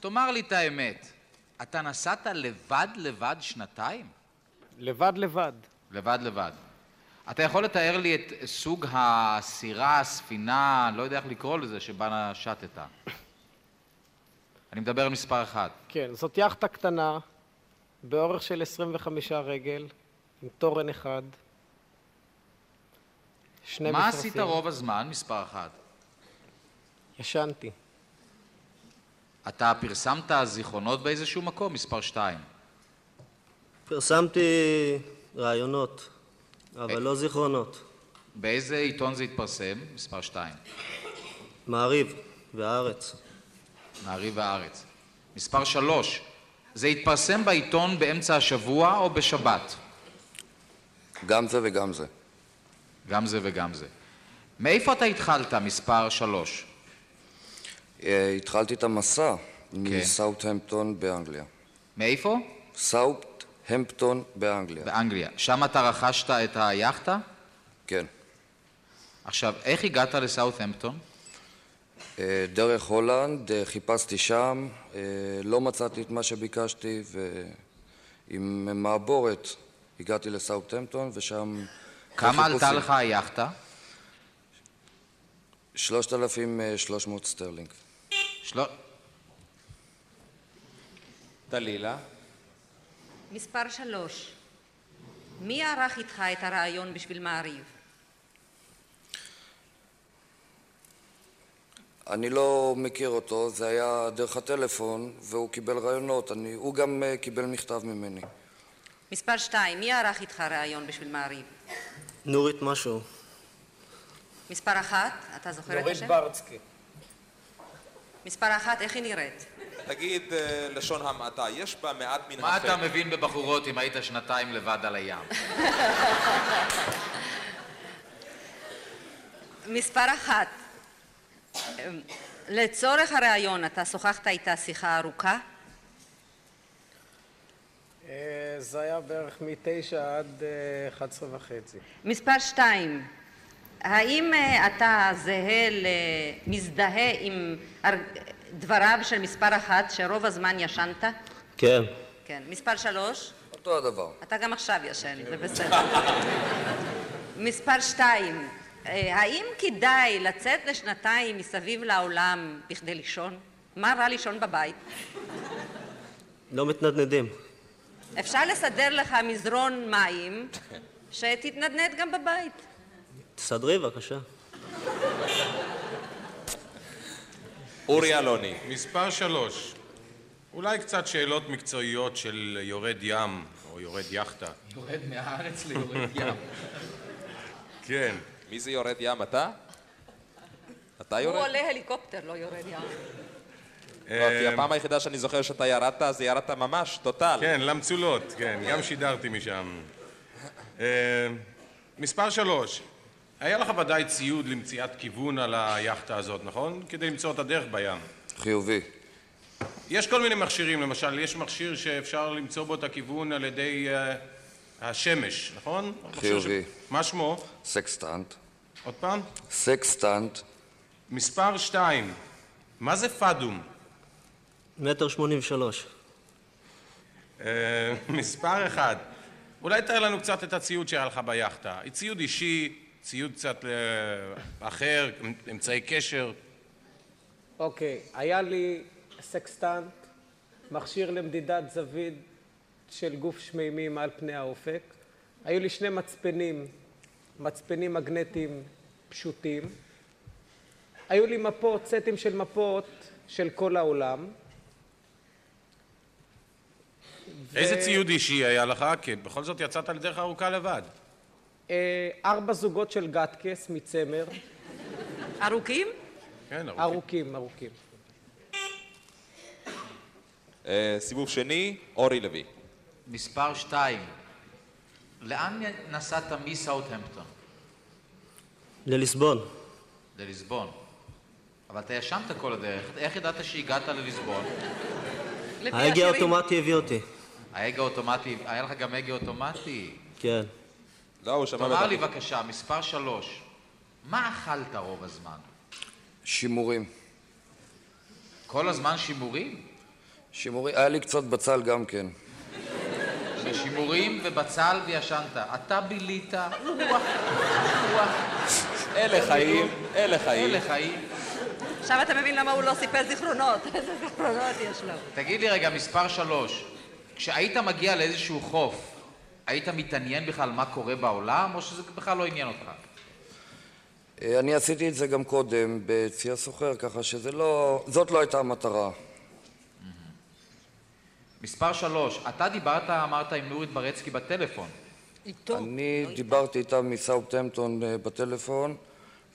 Speaker 2: תאמר לי את האמת, אתה נסעת לבד לבד שנתיים?
Speaker 5: לבד לבד.
Speaker 2: לבד לבד. אתה יכול לתאר לי את סוג הסירה, הספינה, לא יודע איך לקרוא לזה, שבה שטת. אני מדבר על מספר אחד.
Speaker 5: כן, זאת יאכטה קטנה, באורך של 25 רגל, עם תורן אחד. שני
Speaker 2: מה
Speaker 5: מפרשים.
Speaker 2: עשית רוב הזמן, מספר אחת?
Speaker 5: ישנתי.
Speaker 2: אתה פרסמת זיכרונות באיזשהו מקום, מספר שתיים.
Speaker 7: פרסמתי רעיונות, אבל לא זיכרונות.
Speaker 2: באיזה עיתון זה התפרסם? מספר שתיים.
Speaker 7: מעריב והארץ.
Speaker 2: מעריב והארץ. מספר שלוש, זה התפרסם בעיתון באמצע השבוע או בשבת?
Speaker 8: גם זה וגם זה.
Speaker 2: גם זה וגם זה. מאיפה אתה התחלת, מספר שלוש?
Speaker 8: אה, התחלתי את המסע
Speaker 2: כן.
Speaker 8: מסאוטהמפטון באנגליה.
Speaker 2: מאיפה?
Speaker 8: כן. סאוטהמפטון באנגליה,
Speaker 2: באנגליה. שם אתה רכשת את היאכטה?
Speaker 8: כן.
Speaker 2: עכשיו, איך הגעת לסאות'המפטון?
Speaker 8: אה, דרך הולנד, אה, חיפשתי שם, אה, לא מצאתי את מה שביקשתי, ועם מעבורת הגעתי לסאוטהמפטון, ושם...
Speaker 2: כמה עלתה
Speaker 8: בחיפושים.
Speaker 2: לך היאכטה?
Speaker 8: 3,300 סטרלינג.
Speaker 2: של...
Speaker 1: טלילה.
Speaker 4: מספר שלוש, מי ערך איתך את הרעיון בשביל מעריב?
Speaker 8: אני לא מכיר אותו, זה היה דרך הטלפון, והוא קיבל רעיונות. אני, הוא גם אה, קיבל מכתב ממני.
Speaker 4: מספר שתיים, מי ערך איתך רעיון בשביל מעריב?
Speaker 7: נורית משהו.
Speaker 4: מספר אחת, אתה זוכר את השם?
Speaker 5: ברצקי.
Speaker 4: מספר אחת, איך היא נראית?
Speaker 1: תגיד אה, לשון המעטה, יש בה מעט מן
Speaker 2: מה אתה
Speaker 1: החטא.
Speaker 2: מבין בבחורות אם היית שנתיים לבד על הים?
Speaker 4: מספר אחת, אמ, לצורך הרעיון אתה שוחחת איתה שיחה ארוכה?
Speaker 5: אה, זה היה בערך מתשע עד אה, 11 וחצי.
Speaker 4: מספר שתיים, האם אה, אתה זהה, ל- מזדהה עם הר- דבריו של מספר אחת שרוב הזמן ישנת?
Speaker 7: כן.
Speaker 4: כן. מספר שלוש?
Speaker 8: אותו הדבר.
Speaker 4: אתה גם עכשיו ישן, זה בסדר. מספר שתיים, אה, האם כדאי לצאת לשנתיים מסביב לעולם בכדי לישון? מה רע לישון בבית?
Speaker 7: לא מתנדנדים.
Speaker 4: אפשר לסדר לך מזרון מים שתתנדנד גם בבית.
Speaker 7: תסדרי בבקשה.
Speaker 1: אורי אלוני.
Speaker 6: מספר שלוש, אולי קצת שאלות מקצועיות של יורד ים או יורד יאכטה.
Speaker 2: יורד מהארץ ליורד ים.
Speaker 6: כן.
Speaker 1: מי זה יורד ים? אתה? אתה יורד?
Speaker 4: הוא עולה הליקופטר, לא יורד ים.
Speaker 1: לא, כי
Speaker 2: אה,
Speaker 1: הפעם היחידה שאני זוכר שאתה ירדת, אז ירדת ממש, טוטל.
Speaker 6: כן, למצולות, כן, גם שידרתי משם. אה, מספר שלוש, היה לך ודאי ציוד למציאת כיוון על היאכטה הזאת, נכון? כדי למצוא את הדרך בים.
Speaker 8: חיובי.
Speaker 6: יש כל מיני מכשירים, למשל, יש מכשיר שאפשר למצוא בו את הכיוון על ידי אה, השמש, נכון?
Speaker 8: חיובי.
Speaker 6: מכשיר מה שמו?
Speaker 8: סקסטנט.
Speaker 6: עוד פעם?
Speaker 8: סקסטנט.
Speaker 6: מספר שתיים, מה זה פדום?
Speaker 7: מטר שמונים ושלוש.
Speaker 6: אה, מספר אחד, אולי תאר לנו קצת את הציוד שהיה לך ביאכטה. ציוד אישי, ציוד קצת אה, אחר, אמצעי קשר.
Speaker 5: אוקיי, היה לי סקסטנט, מכשיר למדידת זווית של גוף שמימי מעל פני האופק, היו לי שני מצפנים, מצפנים מגנטיים פשוטים. היו לי מפות, סטים של מפות של כל העולם.
Speaker 6: איזה ציוד אישי היה לך? כי בכל זאת יצאת לדרך ארוכה לבד.
Speaker 5: אה, ארבע זוגות של גטקס מצמר,
Speaker 4: ארוכים?
Speaker 6: כן, ארוכים.
Speaker 5: ארוכים, ארוכים.
Speaker 1: אה, סיבוב שני, אורי לוי.
Speaker 2: מספר שתיים, לאן נסעת מסאוטהמפטון?
Speaker 7: לליסבון.
Speaker 2: לליסבון. אבל אתה ישנת כל הדרך, איך ידעת שהגעת לליסבון?
Speaker 4: לפי
Speaker 7: ההגה
Speaker 4: השירים.
Speaker 7: האוטומטי הביא אותי.
Speaker 2: ההגה האוטומטי, היה לך גם הגה אוטומטי?
Speaker 7: כן.
Speaker 1: לא, הוא שמע
Speaker 2: תאמר
Speaker 1: בטח.
Speaker 2: לי בבקשה, מספר שלוש, מה אכלת רוב הזמן?
Speaker 8: שימורים.
Speaker 2: כל הזמן שימורים?
Speaker 8: שימורים, היה לי קצת בצל גם כן.
Speaker 2: זה שימורים ובצל וישנת. אתה בילית, רוח, רוח,
Speaker 1: אלה חיים, אלה חיים.
Speaker 2: אלה חיים.
Speaker 4: עכשיו אתה מבין למה הוא לא סיפר זיכרונות. איזה זיכרונות יש לו.
Speaker 2: תגיד לי רגע, מספר שלוש, כשהיית מגיע לאיזשהו חוף, היית מתעניין בכלל מה קורה בעולם, או שזה בכלל לא עניין אותך?
Speaker 8: אה, אני עשיתי את זה גם קודם בצי הסוחר, ככה שזה לא... זאת לא הייתה המטרה.
Speaker 2: מספר שלוש, אתה דיברת, אמרת עם נורית ברצקי בטלפון.
Speaker 4: איתו.
Speaker 8: אני דיברתי איתה מסאוטהמפטון אה, בטלפון,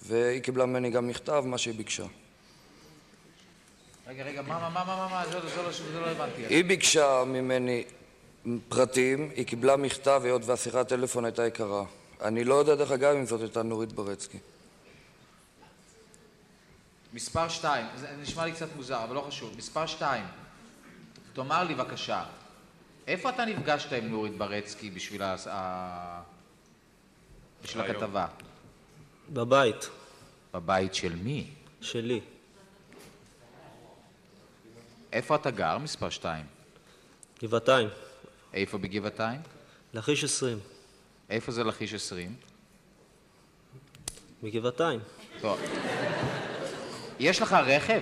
Speaker 8: והיא קיבלה ממני גם מכתב, מה שהיא ביקשה.
Speaker 2: רגע, רגע, מה, מה, מה, מה, מה, מה, זה לא- זה לא- זה לא הבנתי.
Speaker 8: היא ביקשה ממני פרטים, היא קיבלה מכתב היות והשיחת טלפון הייתה יקרה. אני לא יודע דרך אגב אם זאת הייתה נורית ברצקי.
Speaker 2: מספר 2, זה נשמע לי קצת מוזר, אבל לא חשוב. מספר 2, תאמר לי בבקשה, איפה אתה נפגשת עם נורית ברצקי בשביל, ה... ה- בשביל הכתבה?
Speaker 7: בבית.
Speaker 2: בבית של מי?
Speaker 7: שלי.
Speaker 2: איפה אתה גר, מספר 2?
Speaker 7: גבעתיים.
Speaker 2: איפה בגבעתיים?
Speaker 7: לכיש עשרים.
Speaker 2: איפה זה לכיש 20?
Speaker 7: מגבעתיים.
Speaker 2: טוב. לא. יש לך רכב?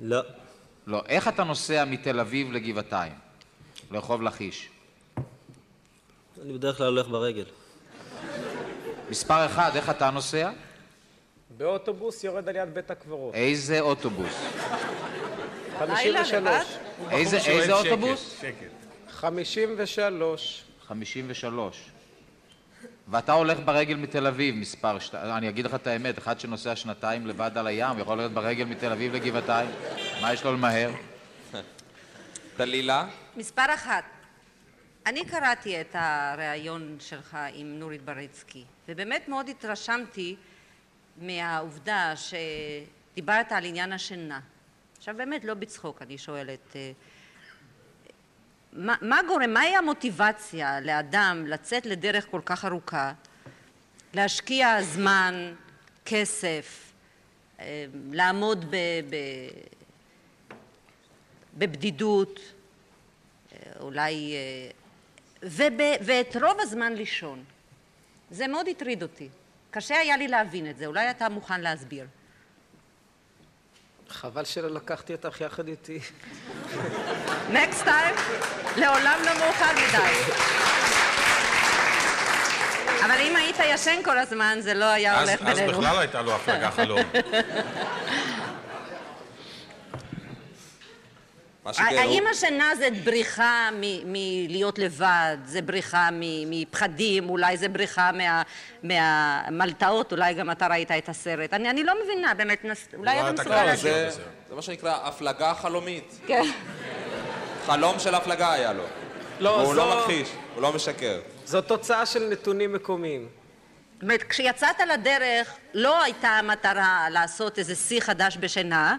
Speaker 7: לא.
Speaker 2: לא. איך אתה נוסע מתל אביב לגבעתיים? לרחוב לכיש.
Speaker 7: אני בדרך כלל הולך ברגל.
Speaker 2: מספר 1, איך אתה נוסע?
Speaker 5: באוטובוס יורד על יד בית הקברות.
Speaker 2: איזה אוטובוס?
Speaker 5: 53.
Speaker 2: איזה,
Speaker 6: בחור שאוהב
Speaker 2: איזה
Speaker 6: שקט,
Speaker 2: אוטובוס?
Speaker 6: שקט.
Speaker 5: 53.
Speaker 2: 53. ואתה הולך ברגל מתל אביב, מספר שת... אני אגיד לך את האמת, אחד שנוסע שנתיים לבד על הים, יכול ללכת ברגל מתל אביב לגבעתיים, מה יש לו למהר?
Speaker 1: דלילה,
Speaker 4: מספר אחת, אני קראתי את הריאיון שלך עם נורית ברצקי, ובאמת מאוד התרשמתי מהעובדה שדיברת על עניין השינה. עכשיו באמת לא בצחוק, אני שואלת, אה, מה, מה גורם, מהי המוטיבציה לאדם לצאת לדרך כל כך ארוכה, להשקיע זמן, כסף, אה, לעמוד ב, ב, בבדידות, אולי... אה, וב, ואת רוב הזמן לישון. זה מאוד הטריד אותי. קשה היה לי להבין את זה, אולי אתה מוכן להסביר.
Speaker 5: חבל שלא לקחתי אותך יחד איתי.
Speaker 4: Next time, לעולם לא מאוחר מדי. אבל אם היית ישן כל הזמן, זה לא היה
Speaker 6: אז
Speaker 4: הולך
Speaker 6: אז
Speaker 4: בינינו.
Speaker 6: בכלל לא הייתה לו הפלגה חלום.
Speaker 1: מה שכן, הוא-
Speaker 4: האם השינה זה בריחה מ- מלהיות לבד, זה בריחה מ- מפחדים, אולי זה בריחה מה- מהמלתעות, אולי גם אתה ראית את הסרט. אני אני לא מבינה, באמת, נס- אולי אתה
Speaker 6: אתה
Speaker 4: מסוגל
Speaker 6: כבר
Speaker 1: לא,
Speaker 4: להגיד.
Speaker 6: להשאיר
Speaker 1: זה
Speaker 6: את זה.
Speaker 1: זה מה שנקרא הפלגה חלומית.
Speaker 4: כן.
Speaker 1: חלום של הפלגה היה לו.
Speaker 5: לא,
Speaker 1: והוא לא
Speaker 5: זו-
Speaker 1: מכחיש, הוא לא משקר.
Speaker 5: זו תוצאה של נתונים מקומיים.
Speaker 4: זאת אומרת, כשיצאת לדרך, לא הייתה המטרה לעשות איזה שיא חדש בשינה,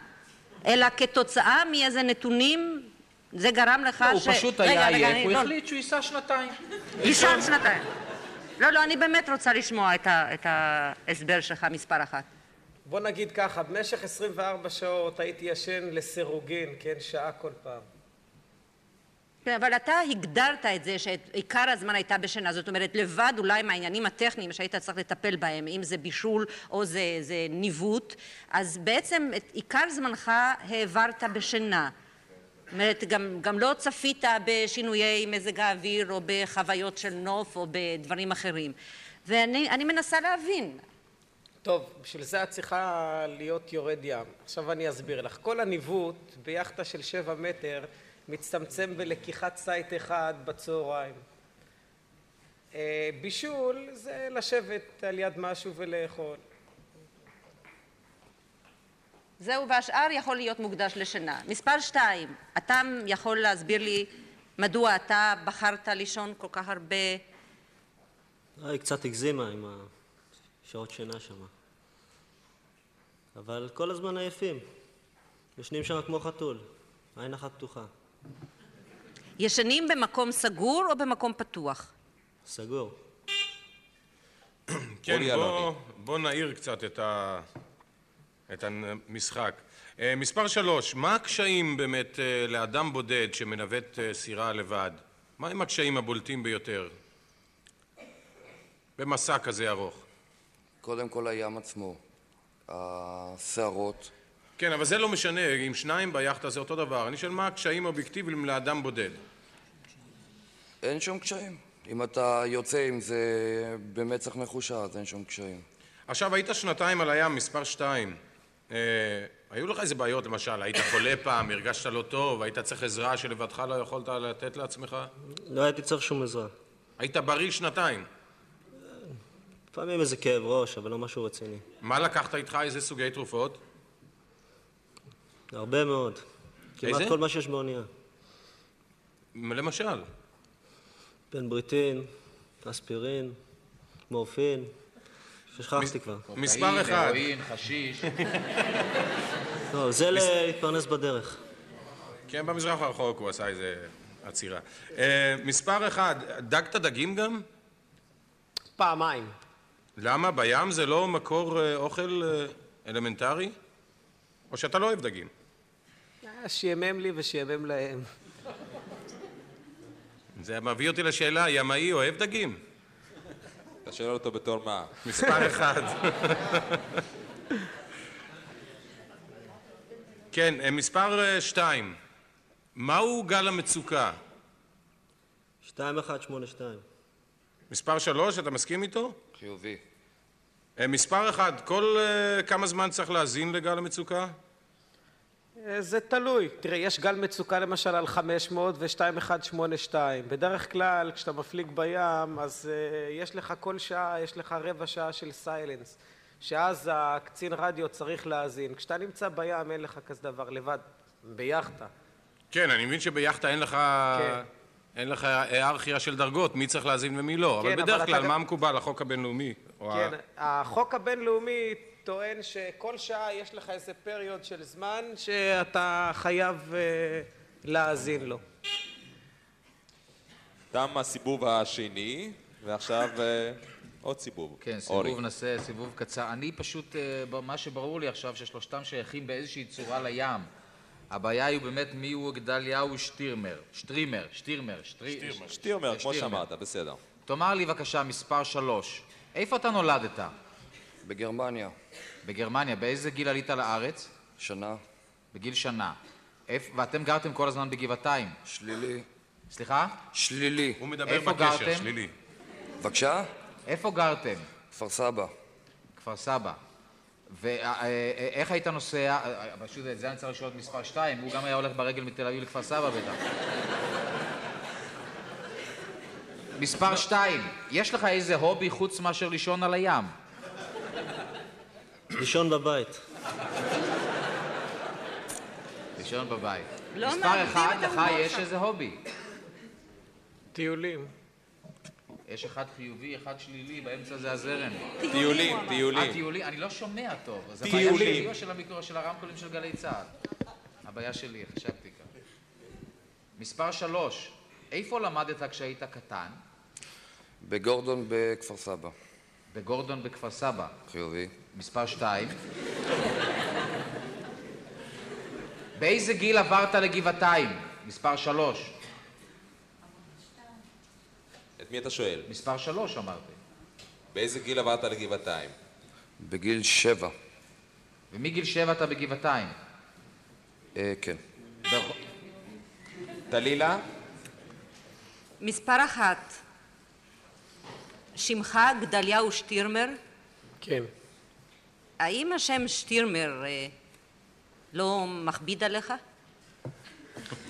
Speaker 4: אלא כתוצאה מאיזה נתונים, זה גרם לך ש...
Speaker 2: לא, הוא פשוט
Speaker 4: רגע,
Speaker 2: היה
Speaker 4: רגע,
Speaker 2: עייף,
Speaker 4: אני-
Speaker 2: הוא
Speaker 4: לא,
Speaker 2: החליט שהוא ייסע שנתיים.
Speaker 4: נשאר שנתיים. לא, לא, אני באמת רוצה לשמוע את ה- את ההסבר שלך מספר אחת.
Speaker 5: בוא נגיד ככה, במשך 24 שעות הייתי ישן לסירוגין, כן, שעה כל פעם.
Speaker 4: כן, אבל אתה הגדרת את זה שעיקר הזמן הייתה בשינה, זאת אומרת לבד אולי מהעניינים הטכניים שהיית צריך לטפל בהם, אם זה בישול או זה, זה ניווט, אז בעצם את עיקר זמנך העברת בשינה. זאת אומרת, גם, גם לא צפית בשינויי מזג האוויר או בחוויות של נוף או בדברים אחרים. ואני אני מנסה להבין.
Speaker 5: טוב, בשביל זה את צריכה להיות יורד ים. עכשיו אני אסביר לך. כל הניווט ביאכטה של שבע מטר מצטמצם בלקיחת סייט אחד בצהריים. אה, בישול זה לשבת על יד משהו ולאכול.
Speaker 4: זהו, והשאר יכול להיות מוקדש לשינה. מספר שתיים, אתה יכול להסביר לי מדוע אתה בחרת לישון כל כך הרבה...
Speaker 7: אה, היא קצת הגזימה עם השעות שינה שם. אבל כל הזמן עייפים. ישנים שם כמו חתול, עין אחת פתוחה.
Speaker 4: ישנים במקום סגור או במקום פתוח?
Speaker 7: סגור.
Speaker 1: אורי
Speaker 6: כן, בוא,
Speaker 1: אלוני.
Speaker 6: בוא נעיר קצת את, ה, את המשחק. אה, מספר שלוש, מה הקשיים באמת אה, לאדם בודד שמנווט אה, סירה לבד? מה הם הקשיים הבולטים ביותר במסע כזה ארוך?
Speaker 8: קודם כל הים עצמו, הסערות,
Speaker 6: כן, אבל זה לא משנה, אם שניים ביאכטה זה אותו דבר. אני שואל מה הקשיים האובייקטיביים לאדם בודד.
Speaker 8: אין שום קשיים. אם אתה יוצא עם זה במצח נחושה, אז אין שום קשיים.
Speaker 6: עכשיו, היית שנתיים על הים, מספר שתיים. אה, היו לך איזה בעיות, למשל, היית חולה פעם, הרגשת לא טוב, היית צריך עזרה שלבדך לא יכולת לתת לעצמך?
Speaker 7: לא הייתי צריך שום עזרה.
Speaker 6: היית בריא שנתיים.
Speaker 7: לפעמים איזה כאב ראש, אבל לא משהו רציני.
Speaker 6: מה לקחת איתך? איזה סוגי תרופות?
Speaker 7: הרבה מאוד. כמעט
Speaker 6: איזה?
Speaker 7: כל מה שיש באונייה.
Speaker 6: מ- למשל.
Speaker 7: בן בריטין, אספירין, מורפין. שכחתי כבר.
Speaker 6: אוקיי. מספר
Speaker 2: קוקאין,
Speaker 6: אחד.
Speaker 2: הרואין, חשיש.
Speaker 7: לא, זה להתפרנס בדרך.
Speaker 6: כן, במזרח הרחוק הוא עשה איזה עצירה. אה, מספר אחד, דגת דגים גם?
Speaker 5: פעמיים.
Speaker 6: למה? בים זה לא מקור אה, אוכל אה, אלמנטרי? או שאתה לא אוהב דגים?
Speaker 5: אה, שיאמם לי ושיאמם להם.
Speaker 6: זה מביא אותי לשאלה, ימאי אוהב דגים?
Speaker 1: אתה שואל אותו בתור מה?
Speaker 6: מספר אחד. כן, אה, מספר אה, שתיים. מהו גל המצוקה?
Speaker 7: 2182.
Speaker 6: מספר שלוש, אתה מסכים איתו?
Speaker 8: חיובי.
Speaker 6: אה, מספר אחד, כל אה, כמה זמן צריך להזין לגל המצוקה?
Speaker 5: אה, זה תלוי. תראה, יש גל מצוקה למשל על 500 ו-2182. בדרך כלל, כשאתה מפליג בים, אז אה, יש לך כל שעה, יש לך רבע שעה של סיילנס, שאז הקצין רדיו צריך להאזין. כשאתה נמצא בים, אין לך כזה דבר, לבד, ביאכטה.
Speaker 6: כן, אני מבין שביאכטה אין לך...
Speaker 5: כן.
Speaker 6: אין לך היארכיה של דרגות, מי צריך להזין ומי לא.
Speaker 5: כן,
Speaker 6: אבל
Speaker 5: אבל
Speaker 6: בדרך
Speaker 5: אתה
Speaker 6: כלל,
Speaker 5: גם-
Speaker 6: מה מקובל? החוק הבינלאומי. או ה-
Speaker 5: כן, החוק הבינלאומי טוען שכל שעה יש לך איזה פריוד של זמן שאתה חייב אה, להאזין לו.
Speaker 1: תם הסיבוב השני, ועכשיו אה, עוד סיבוב.
Speaker 2: כן,
Speaker 1: אורי.
Speaker 2: סיבוב נעשה, סיבוב קצר. אני פשוט, אה, ב- מה שברור לי עכשיו, ששלושתם שייכים באיזושהי צורה לים. הבעיה היא באמת מיהו גדליהו שטירמר. שטרימר, שטירמר, שטרימר.
Speaker 1: שטירמר, כמו שאמרת, בסדר.
Speaker 2: תאמר לי בבקשה, מספר שלוש. איפה אתה נולדת?
Speaker 8: בגרמניה,
Speaker 2: בגרמניה. באיזה גיל עלית לארץ?
Speaker 8: שנה,
Speaker 2: בגיל שנה. איפ- ואתם גרתם כל הזמן בגבעתיים.
Speaker 8: שלילי.
Speaker 2: סליחה?
Speaker 8: שלילי.
Speaker 6: הוא מדבר
Speaker 2: איפה
Speaker 6: בקשר,
Speaker 2: גרתם?
Speaker 6: שלילי.
Speaker 8: בבקשה?
Speaker 2: איפה גרתם?
Speaker 8: כפר סבא.
Speaker 2: כפר סבא. אה, ואיך היית נוסע, אה, אה, פשוט את זה אני צריך לשאול את מספר 2, הוא גם היה הולך ברגל מתל אביב לכפר סבא בטח. מספר 2, יש לך איזה הובי חוץ מאשר לישון על הים?
Speaker 7: לישון בבית.
Speaker 2: לישון בבית.
Speaker 4: לא
Speaker 2: מספר
Speaker 4: מעמידים
Speaker 2: 1,
Speaker 4: את
Speaker 2: לך
Speaker 4: ההומור
Speaker 2: יש
Speaker 4: שם.
Speaker 2: איזה הובי.
Speaker 5: טיולים.
Speaker 2: יש אחד חיובי, אחד שלילי, באמצע זה הזרם.
Speaker 1: טיולים,
Speaker 2: אה,
Speaker 1: טיולים.
Speaker 2: טיולים, אני לא שומע טוב. אז
Speaker 1: טיולים.
Speaker 2: הבעיה שלי או של המיקרו של הרמקולים של גלי צה"ל. הבעיה שלי, חשבתי ככה. מספר שלוש, איפה למדת כשהיית קטן?
Speaker 8: בגורדון בכפר סבא.
Speaker 2: בגורדון בכפר סבא.
Speaker 8: חיובי.
Speaker 2: מספר שתיים. באיזה גיל עברת לגבעתיים? מספר שלוש.
Speaker 1: את מי אתה שואל?
Speaker 2: מספר שלוש אמרתי.
Speaker 1: באיזה גיל עברת לגבעתיים?
Speaker 8: בגיל שבע.
Speaker 2: ומגיל שבע אתה בגבעתיים.
Speaker 8: אה, כן.
Speaker 2: ברחוב-
Speaker 1: דלילה,
Speaker 4: מספר אחת, שמך גדליהו שטירמר?
Speaker 5: כן.
Speaker 4: האם השם שטירמר אה, לא מכביד עליך?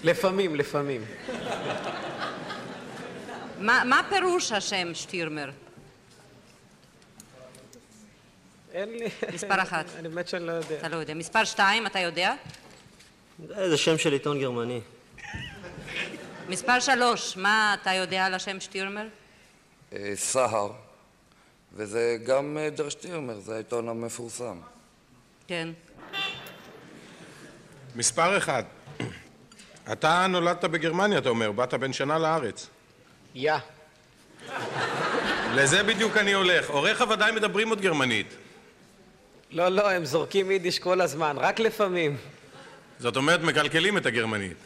Speaker 5: לפעמים, לפעמים.
Speaker 4: מה, מה פירוש השם שטירמר?
Speaker 5: אין לי...
Speaker 4: מספר אחת.
Speaker 5: אני באמת שאני לא יודע.
Speaker 4: אתה לא יודע. מספר שתיים, אתה יודע?
Speaker 7: זה שם של עיתון גרמני.
Speaker 4: מספר שלוש, מה אתה יודע על השם שטירמר?
Speaker 8: אה, סהר, וזה גם אה, דר שטירמר, זה העיתון המפורסם.
Speaker 4: כן.
Speaker 6: מספר אחד. אתה נולדת בגרמניה, אתה אומר, באת בן שנה לארץ.
Speaker 5: יא.
Speaker 6: לזה בדיוק אני הולך. הוריך ודאי מדברים עוד גרמנית.
Speaker 5: לא, לא, הם זורקים יידיש כל הזמן, רק לפעמים.
Speaker 6: זאת אומרת, מקלקלים את הגרמנית.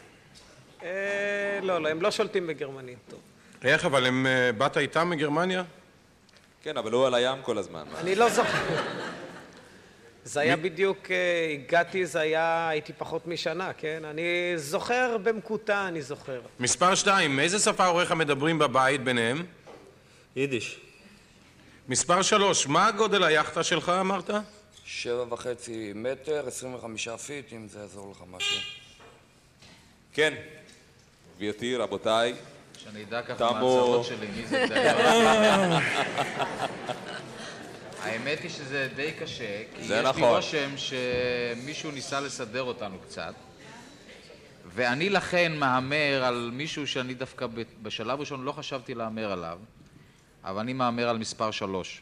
Speaker 5: אה, לא, לא, הם לא שולטים בגרמנית. טוב.
Speaker 6: איך, אבל הם... אה, באת איתם מגרמניה?
Speaker 1: כן, אבל הוא על הים כל הזמן.
Speaker 5: אני לא זוכר. זה היה בדיוק, אה, הגעתי, זה היה, הייתי פחות משנה, כן? אני זוכר במקוטע, אני זוכר.
Speaker 6: מספר שתיים, איזה שפה הוריך מדברים בבית ביניהם?
Speaker 7: יידיש.
Speaker 6: מספר שלוש, מה גודל היאכטה שלך, אמרת?
Speaker 8: שבע וחצי מטר, 25 פיט, אם זה יעזור לך משהו.
Speaker 1: כן, גברתי, רבותיי,
Speaker 2: שאני אדע ככה
Speaker 1: תמו.
Speaker 2: מהצרות שלי, מי זה דייר. האמת היא שזה די קשה, כי יש
Speaker 1: זה
Speaker 2: לי
Speaker 1: נכון.
Speaker 2: רושם שמישהו ניסה לסדר אותנו קצת, ואני לכן מהמר על מישהו שאני דווקא ב- בשלב ראשון לא חשבתי להמר עליו, אבל אני מהמר על מספר שלוש.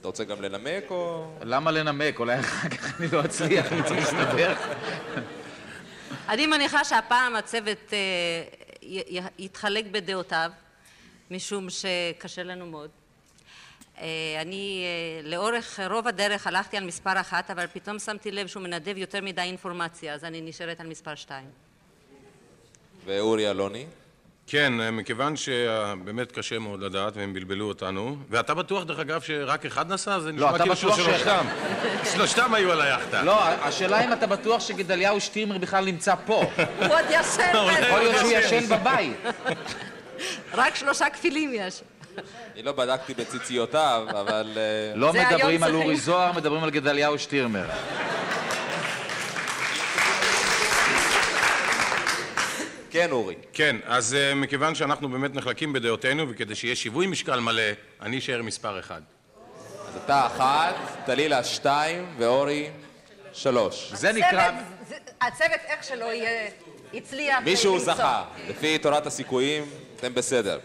Speaker 1: אתה רוצה גם לנמק או...
Speaker 2: למה לנמק? אולי אחר כך אני לא אצליח, זה מסתבר.
Speaker 4: אני מניחה שהפעם הצוות אה, י- י- יתחלק בדעותיו, משום שקשה לנו מאוד. אה, אני אה, לאורך רוב הדרך הלכתי על מספר אחת, אבל פתאום שמתי לב שהוא מנדב יותר מדי אינפורמציה, אז אני נשארת על מספר שתיים.
Speaker 1: ואורי אלוני?
Speaker 6: כן, אה, מכיוון שבאמת קשה מאוד לדעת והם בלבלו אותנו, ואתה בטוח, דרך אגב, שרק אחד נסע? זה
Speaker 2: לא, אתה
Speaker 6: נשמע כאילו
Speaker 2: בטוח שאחד.
Speaker 6: שלושתם. שלושתם היו על היאכטה.
Speaker 2: לא, השאלה אם אתה בטוח שגדליהו שטירמר בכלל נמצא פה.
Speaker 4: הוא עוד ישן,
Speaker 6: יכול
Speaker 2: יכול להיות שהוא
Speaker 6: כן.
Speaker 2: לא, ישן בבית.
Speaker 4: רק שלושה כפילים יש.
Speaker 1: אני לא בדקתי בציציותיו, אבל... אה,
Speaker 2: לא
Speaker 4: זה היום
Speaker 2: מדברים על
Speaker 4: צריכים.
Speaker 2: אורי זוהר, מדברים על גדליהו שטירמר.
Speaker 1: כן, אורי.
Speaker 6: כן, אז אה, מכיוון שאנחנו באמת נחלקים בדעותינו, וכדי שיהיה שיווי משקל מלא, אני אשאר מספר אחד.
Speaker 1: אז אתה אחת, טלילה שתיים, ואורי שלוש.
Speaker 2: זה נקרא...
Speaker 4: הצוות, איך שלא יהיה, הצליח
Speaker 1: מישהו זכה, לפי תורת הסיכויים, אתם בסדר.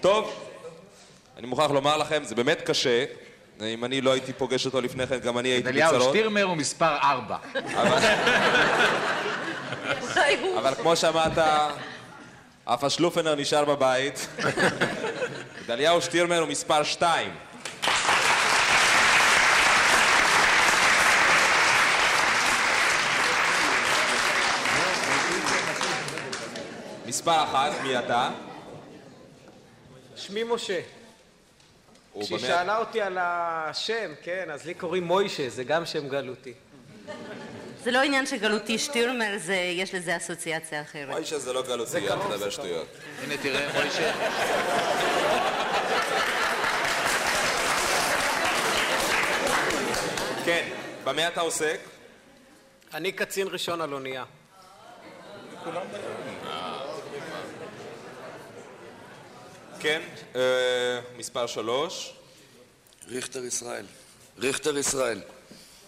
Speaker 1: טוב, אני מוכרח לומר לכם, זה באמת קשה. אם אני לא הייתי פוגש אותו לפני כן, גם אני הייתי
Speaker 2: גדליהו
Speaker 1: בצרות.
Speaker 2: שטירמר הוא מספר ארבע.
Speaker 4: לא,
Speaker 1: אבל כמו שאמרת, אף השלופנר נשאר בבית. גדליהו שטירמר הוא מספר שתיים. מספר אחת, מי אתה?
Speaker 5: שמי משה.
Speaker 1: הוא
Speaker 5: כשהיא
Speaker 1: במאה-
Speaker 5: שאלה אותי על השם, כן, אז לי קוראים מוישה, זה גם שם גלותי.
Speaker 4: זה לא עניין שגלותי שטירמר, זה- יש לזה אסוציאציה אחרת.
Speaker 1: האיש הזה לא גלותי, אל תדבר שטויות.
Speaker 2: הנה תראה, מוישה.
Speaker 1: כן, במה אתה עוסק?
Speaker 5: אני קצין ראשון על אונייה.
Speaker 1: כן, אה, מספר שלוש,
Speaker 8: ריכטר ישראל. ריכטר ישראל.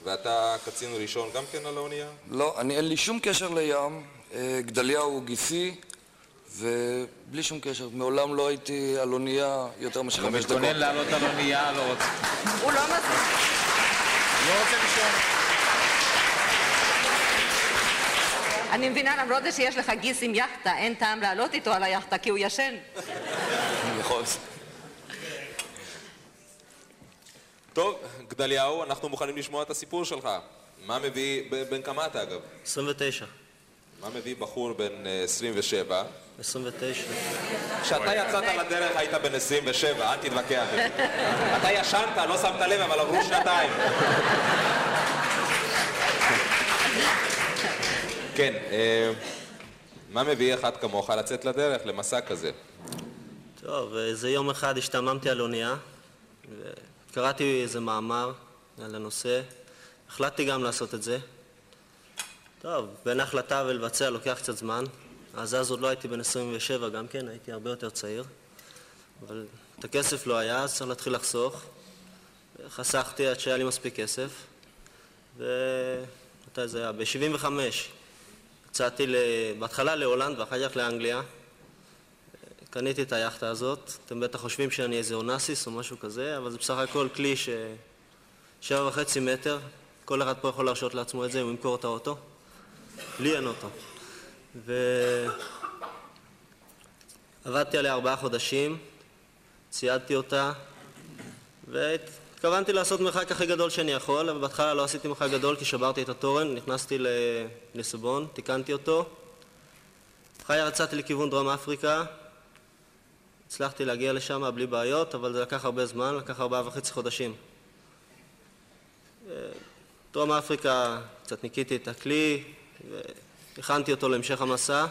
Speaker 1: ואתה קצין ראשון גם כן על האונייה?
Speaker 8: לא, אני, אין לי שום קשר לים. אה, גדליהו הוא גיסי, ובלי שום קשר. מעולם לא הייתי על אונייה יותר מאשר
Speaker 2: הוא
Speaker 8: חמש דקות.
Speaker 2: מתכונן לעלות על אונייה, לא רוצה...
Speaker 4: הוא לא מזיז.
Speaker 2: לא רוצה לישון.
Speaker 4: אני מבינה למרות זה שיש לך גיס עם יאכטה, אין טעם לעלות איתו על היאכטה כי הוא ישן.
Speaker 8: יכול.
Speaker 1: טוב, גדליהו, אנחנו מוכנים לשמוע את הסיפור שלך. מה מביא, ב- בן כמה אתה אגב?
Speaker 7: 29.
Speaker 1: מה מביא בחור בן אה, 27?
Speaker 7: 29.
Speaker 1: כשאתה יצאת לדרך היית בן 27, אל תתווכח. אתה ישנת, לא שמת לב, אבל עברו שנתיים. כן, אה, מה מביא אחד כמוך לצאת לדרך, למסע כזה?
Speaker 7: טוב, איזה יום אחד השתעממתי על אונייה, קראתי איזה מאמר על הנושא, החלטתי גם לעשות את זה. טוב, בין ההחלטה ולבצע לוקח קצת זמן, אז אז עוד לא הייתי בן 27 גם כן, הייתי הרבה יותר צעיר, אבל את הכסף לא היה, אז צריך להתחיל לחסוך. חסכתי עד שהיה לי מספיק כסף, ומתי זה היה? ב-75 יצאתי ל... בהתחלה להולנד ואחר כך לאנגליה. קניתי את היאכטה הזאת, אתם בטח חושבים שאני איזה אונסיס או משהו כזה, אבל זה בסך הכל כלי ש... שבע וחצי מטר, כל אחד פה יכול להרשות לעצמו את זה אם הוא ימכור את האוטו. לי אין אוטו. ועבדתי עליה ארבעה חודשים, ציידתי אותה, והתכוונתי לעשות מרחק הכי גדול שאני יכול, אבל בהתחלה לא עשיתי מרחק גדול כי שברתי את התורן, נכנסתי לליסבון, תיקנתי אותו. אחר כך יצאתי לכיוון דרום אפריקה, הצלחתי להגיע לשם בלי בעיות, אבל זה לקח הרבה זמן, לקח ארבעה וחצי חודשים. אה, דרום אפריקה, קצת ניקיתי את הכלי, הכנתי אותו להמשך המסע.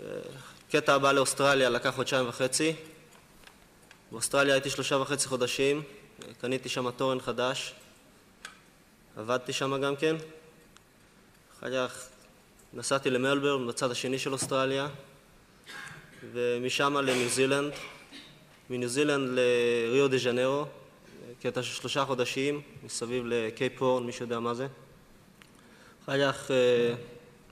Speaker 7: אה, קטע הבא לאוסטרליה לקח חודשיים וחצי. באוסטרליה הייתי שלושה וחצי חודשים, אה, קניתי שם תורן חדש, עבדתי שם גם כן. אחר כך נסעתי למלברן בצד השני של אוסטרליה, ומשם לניו זילנד, מניו זילנד לריו דה ז'נרו, קטע של שלושה חודשים, מסביב לקייפ הורן, מי שיודע מה זה. אחר כך אה,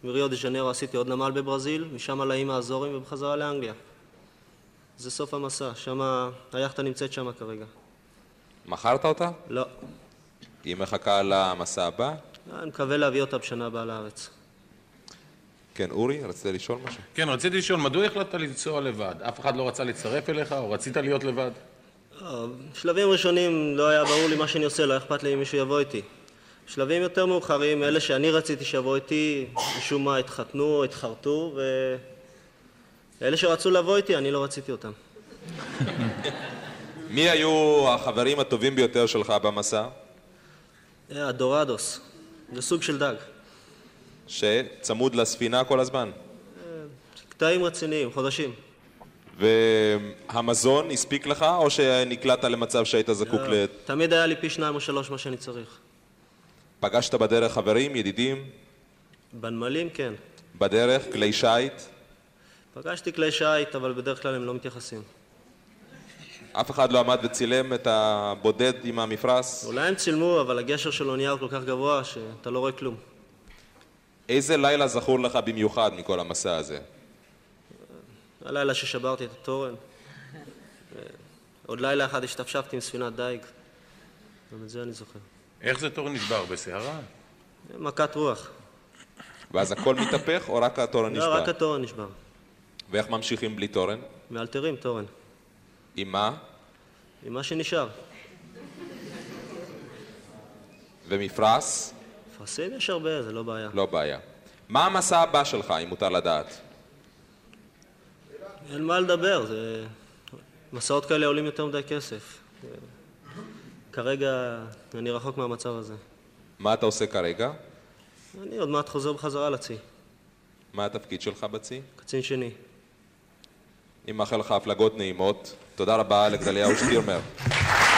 Speaker 7: מריו דה ז'נרו עשיתי עוד נמל בברזיל, משם לאיים האזורים ובחזרה לאנגליה. זה סוף המסע, שם היאכטה נמצאת שם כרגע.
Speaker 1: מכרת אותה?
Speaker 7: לא,
Speaker 1: היא מחכה למסע הבא?
Speaker 7: אני מקווה להביא אותה בשנה הבאה לארץ.
Speaker 1: כן, אורי, רצית לשאול משהו?
Speaker 6: כן, רציתי לשאול, מדוע החלטת לנסוע לבד? אף אחד לא רצה להצטרף אליך, או רצית להיות לבד?
Speaker 7: לא, בשלבים ראשונים לא היה ברור לי מה שאני עושה, לא אכפת לי אם מישהו יבוא איתי. בשלבים יותר מאוחרים, אלה שאני רציתי שיבואו איתי, משום מה התחתנו, התחרטו, ואלה שרצו לבוא איתי, אני לא רציתי אותם.
Speaker 1: מי היו החברים הטובים ביותר שלך במסע?
Speaker 7: אה, הדורדוס, זה סוג של דג.
Speaker 1: שצמוד לספינה כל הזמן.
Speaker 7: קטעים רציניים, חודשים.
Speaker 1: והמזון הספיק לך, או שנקלעת למצב שהיית זקוק
Speaker 7: לא.
Speaker 1: ל...
Speaker 7: תמיד היה לי פי שניים או שלוש מה שאני צריך.
Speaker 1: פגשת בדרך חברים, ידידים,
Speaker 7: בנמלים, כן.
Speaker 1: בדרך, כלי שיט?
Speaker 7: פגשתי כלי שיט, אבל בדרך כלל הם לא מתייחסים.
Speaker 1: אף אחד לא עמד וצילם את הבודד עם המפרש?
Speaker 7: אולי הם צילמו, אבל הגשר של האונייה הוא כל כך גבוה שאתה לא רואה כלום.
Speaker 1: איזה לילה זכור לך במיוחד מכל המסע הזה?
Speaker 7: הלילה ששברתי את התורן. אה, עוד לילה אחד השתפשפתי עם ספינת דייג. גם את זה אני זוכר.
Speaker 6: איך זה תור נשבר? בסערה?
Speaker 7: אה, מכת רוח.
Speaker 1: ואז הכל מתהפך, או רק התורן
Speaker 7: לא, רק
Speaker 1: נשבר?
Speaker 7: התורן נשבר.
Speaker 1: ואיך ממשיכים בלי תורן?
Speaker 7: מאלתרים תורן.
Speaker 1: עם מה?
Speaker 7: עם מה שנשאר.
Speaker 1: ומפרש?
Speaker 7: מפרשים יש הרבה, זה לא בעיה.
Speaker 1: לא בעיה. מה המסע הבא שלך, אם מותר לדעת?
Speaker 7: אין מה לדבר, זה... מסעות כאלה עולים יותר מדי כסף. אה, כרגע אני רחוק מהמצב הזה.
Speaker 1: מה אתה עושה כרגע?
Speaker 7: אני עוד מעט חוזר בחזרה לצי,
Speaker 1: מה התפקיד שלך בצי?
Speaker 7: קצין שני.
Speaker 1: אני מאחל לך הפלגות נעימות. תודה רבה לגדליהו שטירמר.